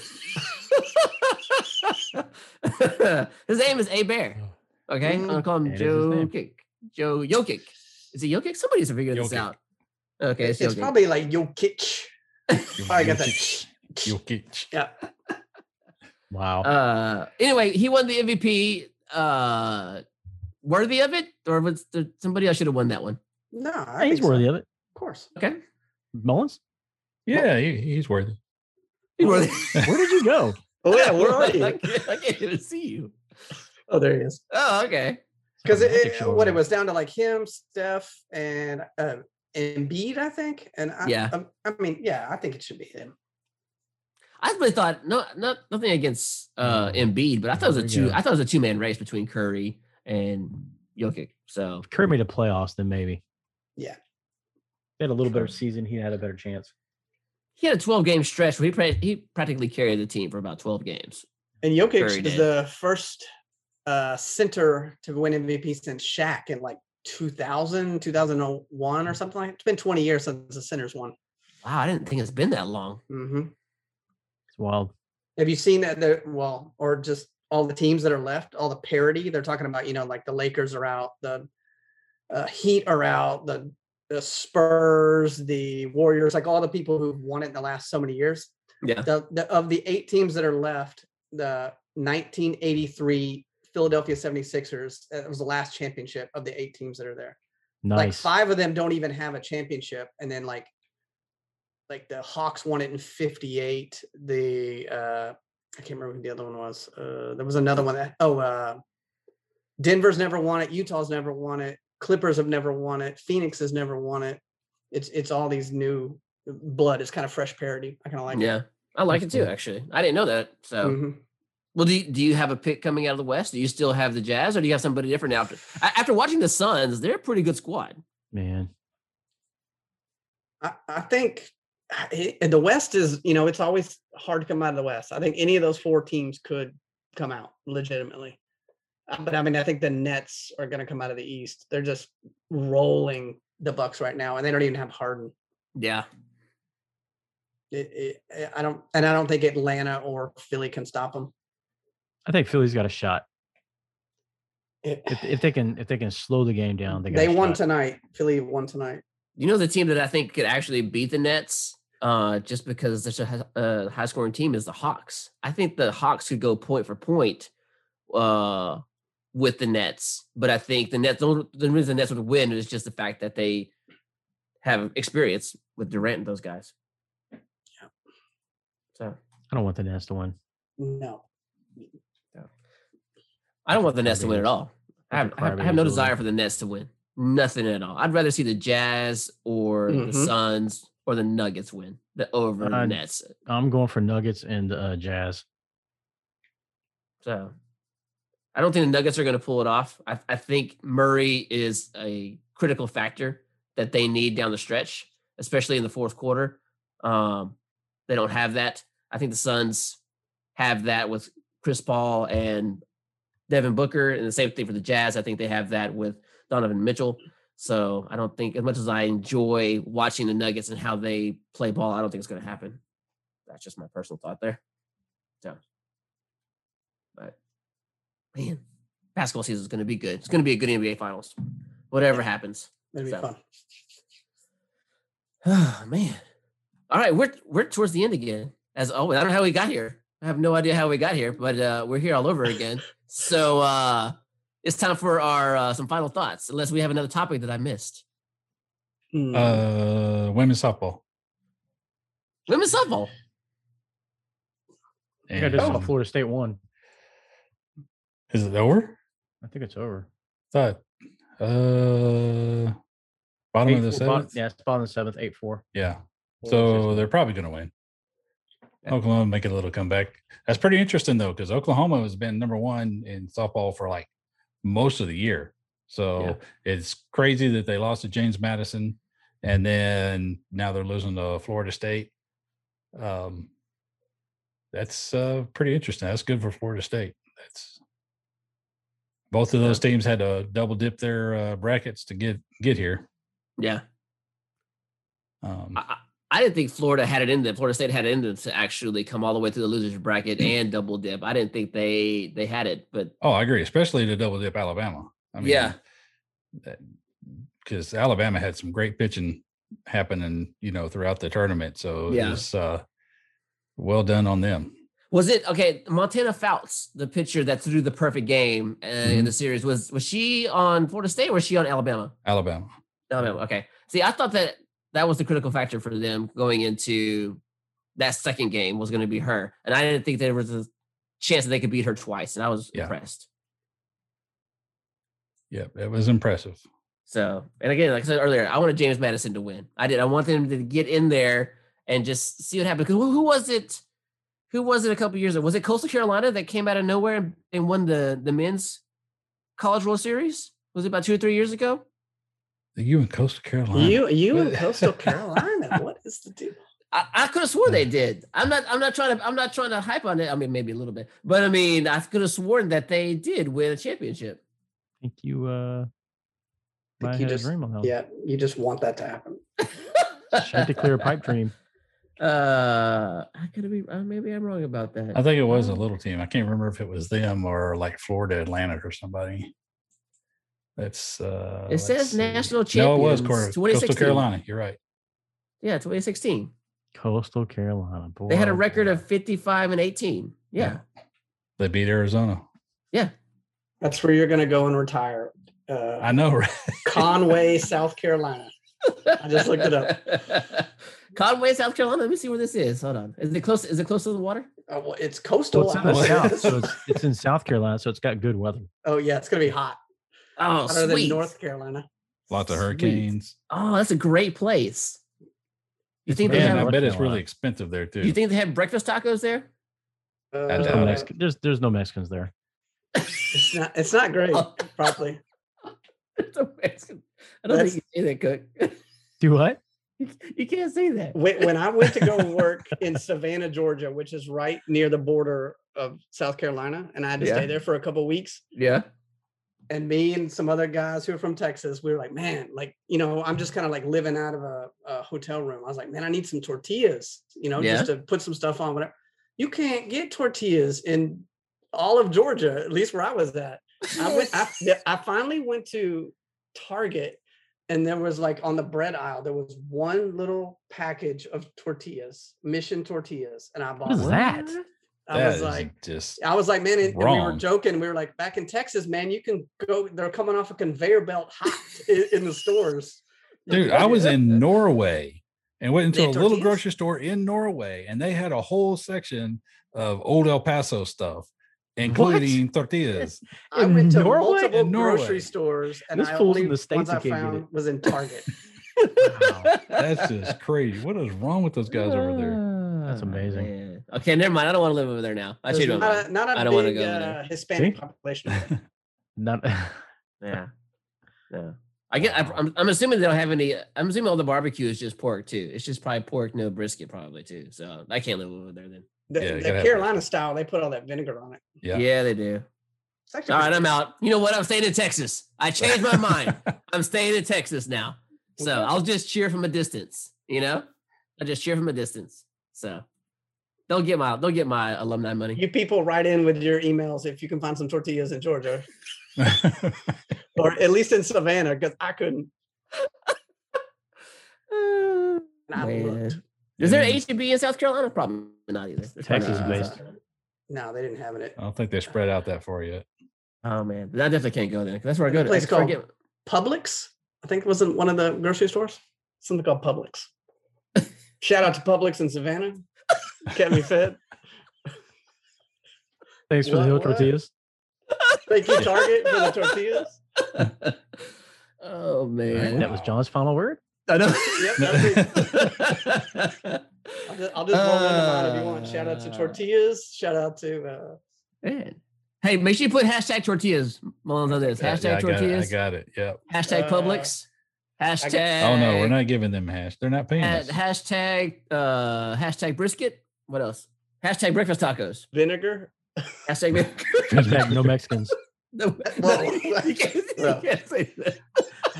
A: his name is Abear. Okay, I'm gonna call him
B: That Oh. is his name.
A: Jokic. Joe Jokic. Is it Jokic? Somebody needs to figure this
D: Jokic.
A: out. Okay,
C: It's,
A: it's,
C: it's
A: Jokic.
C: probably like Jokic. Oh, I got that.
D: Jokic.
C: Yeah.
B: Wow.
A: uh anyway he won the mvp uh worthy of it or was there somebody else should have won that one
C: No, I
B: Hey, he's
C: think so.
B: worthy of it.
C: Of course.
A: okay
B: Mullins?
D: Yeah, he, he's worth it.
A: He
B: Oh,
A: worthy.
B: Where did you go?
C: Oh yeah, where are
A: I,
C: you?
A: can't, I can't even see you
C: Oh, there he is.
A: oh okay
C: Because
B: It's like a
C: it,
B: magic
C: it-
B: show
C: what
B: over
C: it was down to like him, Steph, and uh, Embiid, I think. And I,
A: Yeah.
C: um, I, mean, yeah, I think it should be him.
A: i really thought no not nothing against uh Embiid, but i thought it was a
B: Mm. There you
A: two
B: go.
A: i thought it was a two-man race between curry and Jokic. so
B: If Curry made the playoffs, then maybe.
C: Yeah.
B: They had a little better season. He had a better chance.
A: he had a 12 game stretch where he, pra- he practically carried the team for about 12 games
C: And Jokic
A: Curry
C: is
A: did.
C: the first uh, center to win MVP since Shaq in like 2000, 2001 or something like It's been 20 years since the centers won.
A: wow i didn't think it's been that long
C: hmm
B: It's wild.
C: Have you seen that? The, well, or just all the teams that are left, all the parity they're talking about. You know, like the Lakers are out, the uh, Heat are out, the the Spurs, the Warriors, like all the people who've won it in the last so many years.
A: yeah
C: The, the of the eight teams that are left, the 1983 Philadelphia 76ers it was the last championship of the eight teams that are there like
B: Nice.
C: five of them don't even have a championship and then like like the hawks won it in 58 the uh i can't remember who the other one was uh there was another one that oh uh denver's never won it utah's never won it clippers have never won it phoenix has never won it it's it's all these new uh, blood it's kind of fresh parody i kind of like
A: yeah i like it
B: That's
A: too
B: cool.
A: actually i didn't know that so
C: it Mhm.
A: Well, do you, do you have a pick coming out of the West? Do you still have the Jazz, or do you have somebody different now? After a- after watching the Suns, they're a pretty good squad.
B: Man.
C: I, I think it, the west is you know it's always hard to come out of the west i think any of those four teams could come out legitimately Uh, but i mean i think the nets are going to come out of the east they're just rolling the bucks right now and they don't even have harden
A: Yeah,
C: it, it, i don't and i don't think atlanta or philly can stop them
B: I think Philly's got a shot.
C: It-
B: If, if they can if they can slow the game down, they got
C: they
B: a
C: won
B: shot.
C: tonight philly won tonight
A: you know the team that I think could actually beat the Nets, uh, just because they're such a high scoring team is the Hawks. I think the Hawks could go point for point, uh, with the Nets. But I think the Nets, the only- the reason the Nets would win is just the fact that they have experience with Durant and those guys. So
B: I don't want the Nets to win.
C: no
A: I don't want the Nets to win at all. I have,
B: Bunch of
A: I have- I have no
B: crybabies over
A: desire
B: there.
A: for the Nets to win. Nothing at all. I'd rather see the Jazz or the
C: Mhm.
A: Suns or the Nuggets win the over the
B: Uh,
A: Nets.
B: I'm going for Nuggets and uh, Jazz.
A: So I don't think the Nuggets are going to pull it off. I, I think Murray is a critical factor that they need down the stretch, especially in the fourth quarter. Um, they don't have that. I think the Suns have that with Chris Paul and Devin Booker, and the same thing for the Jazz. I think they have that with Donovan Mitchell. So I don't think, as much as I enjoy watching the Nuggets and how they play ball, I don't think it's going to happen. That's just my personal thought there. man, basketball season is going to be good. It's going to be a good NBA Finals, whatever happens.
C: it'll be
A: So-
C: fun
A: Oh man! All right, we're we're towards the end again. As always, I don't know how we got here. I have no idea how we got here, but uh, we're here all over again. so uh, it's time for our uh, some final thoughts, unless we have another topic that I missed.
C: Mm.
D: Uh, women's softball.
A: Women's softball.
B: Yeah,
D: And
B: this
C: Oh.
B: is Florida State won.
D: is it over?
B: I think it's over.
D: Thought uh bottom of the
B: Eight- bottom-
D: seventh.
B: yeah, it's bottom of the seventh, eight four.
D: yeah.
B: Florida
D: So
B: State's-
D: they're probably going to win.
A: Yeah.
D: Oklahoma making a little comeback. That's pretty interesting though, because Oklahoma has been number one in softball for like most of the year. So it's crazy that they lost to James Madison, and then now they're losing to Florida State. Um, that's uh, pretty interesting. That's good for Florida State. That's both of those teams had to double dip their uh, brackets to get get here.
A: Yeah.
D: Um,
A: I, I I didn't think Florida had it in them. Florida State had it in them to actually come all the way through the losers bracket and double dip. I didn't think they they had it, but
D: Oh, I agree, especially to double dip Alabama. I mean,
A: Yeah.
D: because Alabama had some great pitching happening, you know, throughout the tournament. So
A: Yeah.
D: it was uh, well done on them.
A: was it okay? Montana Fouts, the pitcher that threw the perfect game uh, in
D: Mhm.
A: the series, was was she on Florida State or was she on Alabama?
D: Alabama.
A: Alabama. Okay. See, I thought that that was the critical factor for them going into that second game was going to be her, and I didn't think there was a chance that they could beat her twice, and I was
D: Yeah.
A: impressed.
D: Yep, it was impressive.
A: So, and again, like I said earlier, I wanted James Madison to win. I did. I want them to get in there and just see what happens. Because who, who was it? Who was it a couple years ago? Was it Coastal Carolina that came out of nowhere and, and won the the men's college world series? Was it about two or three years ago?
D: You and Coastal Carolina.
C: You you in Coastal Carolina? What is the deal?
A: I, I could have swore they did. I'm not. I'm not trying to. I'm not trying to hype on it. I mean, maybe a little bit, but I mean, I could have sworn that they did win a championship.
B: I think you uh might
C: Think you
B: have had
C: just-
B: a dream on that. one.
C: Yeah, you just want that to happen.
B: She had to clear a pipe dream.
A: Uh, I could have been. uh, Maybe I'm wrong about that.
D: I think it was a little team. I can't remember if it was them or like Florida Atlantic or somebody. That's uh
A: It says
D: let's see.
A: national
D: No, it was
A: champions,
D: Cor- Coastal
A: 2016.
D: Carolina. You're right.
A: Yeah, 2016.
B: Coastal Carolina. Boy,
A: They had a
B: oh
A: record
B: boy.
A: of 55 and 18. Yeah.
D: They beat Arizona.
C: That's where you're going to go and retire. Uh,
D: I know, right?
C: Conway, South Carolina. I just looked it up.
A: Conway, South Carolina. Let me see where this is. Hold on. Is it close? Is it close to the water?
C: Oh, well, it's
B: Well,
C: coastal.
B: it's in the
D: Wow.
B: south, so it's, it's in South Carolina, so it's got good weather.
C: oh yeah, it's going to be hot.
A: Oh,
C: Hotter than
A: sweet.
C: North Carolina.
D: Lots of
A: Sweet.
D: hurricanes.
A: Oh, that's a great place. You think they
B: really
A: have?
D: Man, I
B: North
D: bet it's really
B: Carolina.
D: expensive there too.
A: You think they have breakfast tacos there?
C: Uh,
D: That's
B: There's
D: Uh,
B: no, Mexican, there's, there's no Mexicans there.
C: it's not. It's not great.
A: Oh.
C: Probably.
A: It's a Mexican- I don't
C: That's-
A: think you can say that, Cook.
B: Do what?
A: You- You can't say that.
C: When, when I went to go work in Savannah, Georgia, which is right near the border of South Carolina, and I had to
A: Yeah.
C: stay there for a couple weeks.
A: Yeah.
C: and me and some other guys who are from Texas, we were like, man, like, you know, I'm just kind of like living out of a, a hotel room. I was like, man, I need some tortillas, you know, just to put some stuff on, whatever. You can't get tortillas in all of Georgia, at least where I was at. I, went, I, yeah, I finally went to Target and there was like on the bread aisle, there was one little package of tortillas, mission tortillas. And I bought
B: is
C: one.
B: that?
C: I
D: That
C: was
D: is
C: like,
D: just
C: I was like, man, and, and we were
D: Wrong.
C: joking. We were like, back in Texas, man, you can go. They're coming off a conveyor belt hot in, in the stores.
D: dude. I was in Norway and went
C: They
D: into a
C: had
D: little
C: tortillas?
D: grocery store in Norway, and they had a whole section of old El Paso stuff, including tortillas.
C: I
B: In
C: went to
B: Norway?
C: multiple
D: In Norway.
C: grocery stores, and
B: This
C: I
B: fool's
C: only
B: in the States
C: ones I
B: and can't get
C: found
B: it.
C: was in Target.
D: That's just crazy. What is wrong with those guys over there?
B: That's
A: Ah,
B: amazing.
A: man. Okay, never mind. I don't want to live over there now. I
C: There's
A: should
C: not a, not a
A: I don't wanna
C: big
A: go over there.
C: uh, Hispanic
B: See?
C: population. over there.
B: Not
A: Yeah. Yeah. I get. I, I'm, I'm assuming they don't have any. I'm assuming all the barbecue is just pork too. It's just probably pork, no brisket, probably too. So I can't live over there then.
C: The,
D: Yeah, you
C: the
D: gotta have
C: Carolina style, they put all that vinegar on it.
D: Yeah.
A: Yeah, they do.
C: It's actually
A: All right,
C: pretty
A: I'm
C: good.
A: out. You know what? I'm staying in Texas. I changed my mind. I'm staying in Texas now. So
C: Okay.
A: I'll just cheer from a distance. You know, I just cheer from a distance. So don't get my don't get my alumni money.
C: You people write in with your emails if you can find some tortillas in Georgia, Uh. or at least in Savannah, because I couldn't.
A: Uh,
C: And I
A: Man.
C: looked.
A: Is there an
D: Yeah.
A: H E B in South Carolina? Probably not either. There's probably not in South
B: Texas-based.
A: Carolina.
C: No, they didn't have it.
D: I don't think they spread out that far yet.
A: Oh man, But I definitely can't go there 'cause that's where I go
C: There's
A: to.
C: a place
A: that's where I
C: called-
A: get-
C: Publix. I think it was in one of the grocery stores. Something called Publix. Shout out to Publix in Savannah. Kept me fed.
B: Thanks for the
C: What-
B: hill
C: what?
B: tortillas.
C: Thank you, Target, for the tortillas.
A: oh
B: Alright,
A: man.
B: That was John's final word.
A: I know.
C: Yep, I'll just, I'll just roll into mine if you want. Shout out to
A: Uh,
C: tortillas. Shout out to uh,
A: Man. Hey, make sure you put hashtag tortillas. Malone's on this.
D: Yeah,
A: Hashtag
D: yeah, I got it,
A: tortillas.
D: I got it. Yep.
A: hashtag
C: Uh,
A: Publix. Hashtag.
D: Oh no, we're not giving them hash. They're not paying
A: ha-
D: us.
A: hashtag uh hashtag brisket. What else? Hashtag breakfast tacos.
C: vinegar.
A: Hashtag
B: Hashtag no Mexicans.
A: no,
C: Well,
A: no, you can't, you
C: well.
A: can't say that.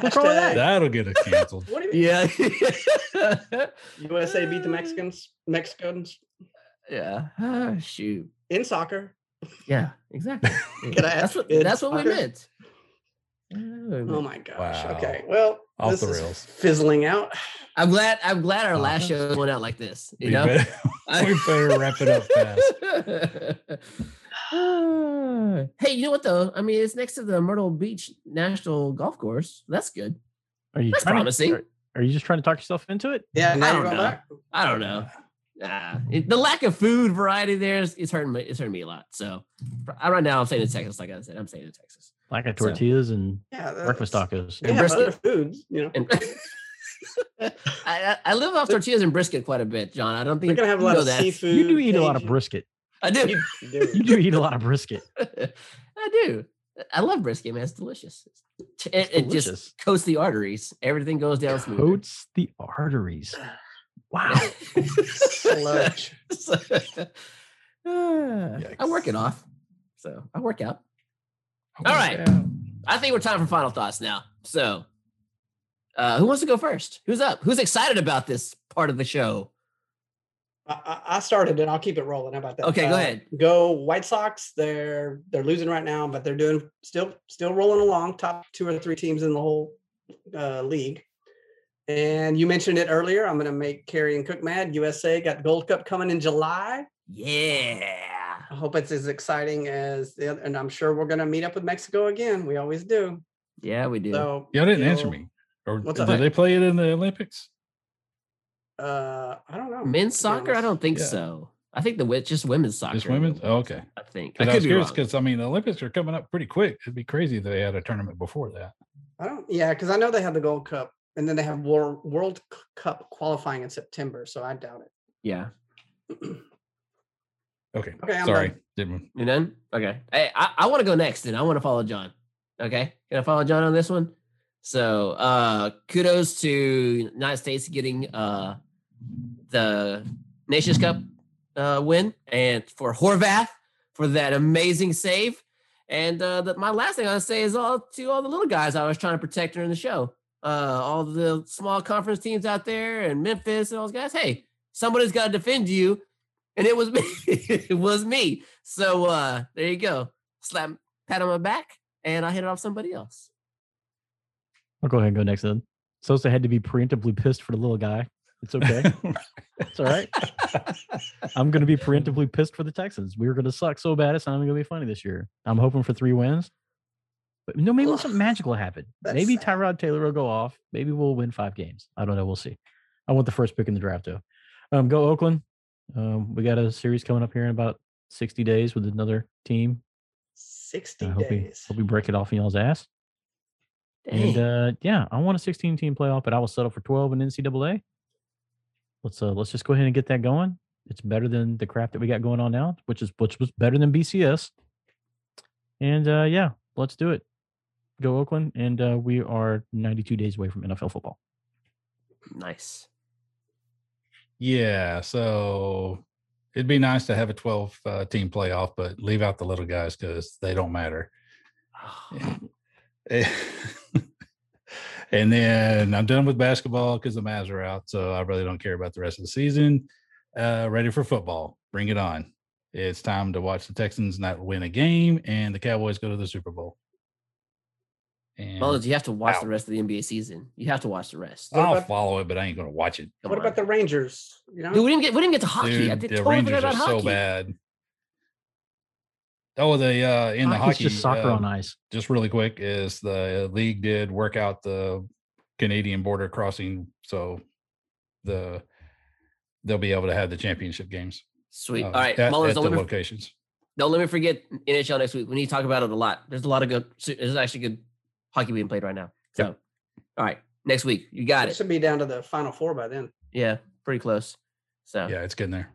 B: What's wrong with
C: Hashtag-
D: That'll get us canceled.
C: What do you mean?
A: Yeah.
C: USA beat the Mexicans. Mexicans
A: yeah. Oh, shoot.
C: in soccer.
A: Yeah, exactly.
C: Can I
A: that's
C: ask
A: what
C: you-
A: that's what we
C: Okay.
A: meant.
C: Oh
A: Oh,
C: my gosh.
D: Wow.
C: Okay. Well,
D: Off
C: this
D: the
C: is
D: rails.
C: fizzling out.
A: I'm glad I'm glad our
D: Oh,
A: last
D: that's-
C: uh-huh.
A: show went out like this. You
D: We
A: know?
D: better, we better wrap it up fast.
A: Ah. hey, you know what though? I mean, it's next to the Myrtle Beach National Golf Course. That's good.
B: Are you
A: That's
B: trying to-
A: promising.
B: are- are you just trying to talk yourself into it?
C: Yeah. Now
A: don't
C: you're going
A: know.
C: back.
A: I don't know. Nah, it- the lack of food variety there is it's hurting me. It's hurting me a lot. So I, right now, I'm staying in Texas. Like I said, I'm staying in Texas.
B: Like a
A: So-
B: tortillas and
C: Yeah. that's-
B: breakfast tacos.
C: They have other foods. You know,
A: And I, I, I live off tortillas and brisket quite a bit, John. I don't think
C: they're gonna have a
A: you
C: lot
A: know
C: of
A: that.
C: seafood.
B: You do eat a lot of
C: Asian-
B: brisket.
A: I do.
C: You do.
B: You do eat a lot of brisket.
A: I do. I love brisket, man. It's delicious. It, it just
B: Delicious.
A: coats the arteries. Everything goes down smooth.
B: coats the arteries. Wow.
C: Sludge.
A: I work it off. So I work out. All right. I think we're time for final thoughts now. So, uh, who wants to go first? Who's up? Who's excited about this part of the show?
C: I- I, I started it. I'll keep it rolling. How about that?
A: Okay, go
C: Uh,
A: ahead.
C: Go White Sox. They're they're losing right now, but they're doing still still rolling along. Top two or three teams in the whole uh, league. And you mentioned it earlier. I'm going to make Kerry and Cook mad. USA got Gold Cup coming in July.
A: Yeah.
C: I hope it's as exciting as the other. And I'm sure we're going to meet up with Mexico again. We always do.
A: Yeah, we do.
C: So
D: Y'all didn't
C: you
D: answer
C: know,
D: me. Or
C: What's
D: did
C: up?
D: they play it in the Olympics?
C: Uh, I don't know.
A: Men's
C: to be
A: soccer? I
C: honest.
A: don't think
D: Yeah.
A: so. I think the wi- just women's soccer.
D: Just women? Oh, okay.
A: I think. I
D: Because I, was
A: could be
D: curious
A: wrong.
D: because I mean the Olympics are coming up pretty quick. It'd be crazy if they had a tournament before that.
C: I don't. Yeah, because I know they have the Gold Cup, and then they have World World C- Cup qualifying in September. So I doubt it.
A: Yeah.
D: Okay.
C: Okay, I'm
D: Sorry.
C: done.
D: Didn't
A: You done? Okay. Hey, I, I want to go next and I want to follow John. Okay. Can I follow John on this one? So uh kudos to United States getting uh the Nations Cup uh win and for Horvath for that amazing save. And uh the, my last thing I'll say is all to all the little guys I was trying to protect during the show. Uh all the small conference teams out there and Memphis and all those guys. Hey, somebody's gotta defend you. And it was me. it was me. So uh there you go. Slap pat on my back and I hit it off somebody else.
B: I'll go ahead and go next then. Sosa had to be preemptively pissed for the little guy. It's okay. it's all right. I'm going to be preemptively pissed for the Texans. We were going to suck so bad. It's not even going to be funny this year. I'm hoping for three wins. But no, maybe
C: Ugh.
B: something magical will happen.
C: That's
B: maybe
C: sad.
B: Tyrod Taylor will go off. Maybe we'll win five games. I don't know. We'll see. I want the first pick in the draft though. Um, go Oakland. Um, we got a series coming up here in about 60 days with another team.
C: Sixty
B: I hope we,
C: days.
B: hope we break it off in y'all's ass. And
A: Dang.
B: uh, yeah, I want a 16 team playoff, but I will settle for 12 in NCAA. Let's uh, let's just go ahead and get that going. It's better than the crap that we got going on now, which is which was better than BCS. And uh, yeah, let's do it. Go Oakland, and uh, we are 92 days away from NFL football.
A: nice.
D: Yeah. So it'd be nice to have a 12 uh, team playoff, but leave out the little guys because they don't matter. and then I'm done with basketball because the Mavs are out, so I really don't care about the rest of the season. Uh, ready for football? Bring it on! It's time to watch the Texans not win a game and the Cowboys go to the Super Bowl. And
A: Mullins, you have to watch the
D: Ow.
A: rest of the NBA season. You have to watch the rest.
C: What
D: I'll
C: about-
D: follow it, but I ain't gonna watch it.
A: Come
C: what
A: on.
C: about the Rangers? You know,
A: Dude, we didn't get we didn't get to hockey. I
D: Dude,
A: did
D: the
A: totally forgot
D: Rangers are
A: about hockey.
D: so bad. Oh, the uh, in the
B: Hockey's
D: hockey,
B: just soccer
D: uh,
B: on ice.
D: just really quick is the league did work out the Canadian border crossing, so the they'll be able to have the championship games.
A: Sweet.
D: uh,
A: All right,
D: at,
A: Mullins,
D: at the
A: don't let, me,
D: locations.
A: Don't let me forget NHL next week. We need to talk about it a lot. There's a lot of good. There's actually good hockey being played right now. So, all right, next week you got
C: It
A: it.
C: should be down to the final four by then.
A: Yeah, pretty close. So,
D: Yeah, it's getting there.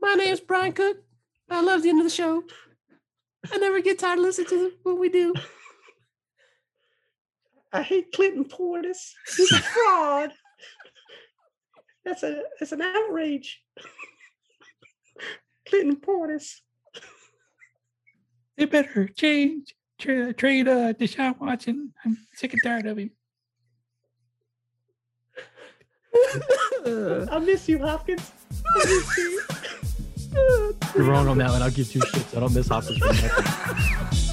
A: my name's Brian Cook. I love the end of the show. I never get tired of listening to what we do.
C: I hate Clinton Portis. He's a fraud. That's a that's an outrage. Clinton Portis.
D: They better change tra- trade uh, Deshaun Watson. I'm sick and tired of him.
A: Uh,
C: I miss you, Hopkins. I miss you.
B: You're wrong on that one. I'll give two shits. I don't miss Hopkins. for nothing.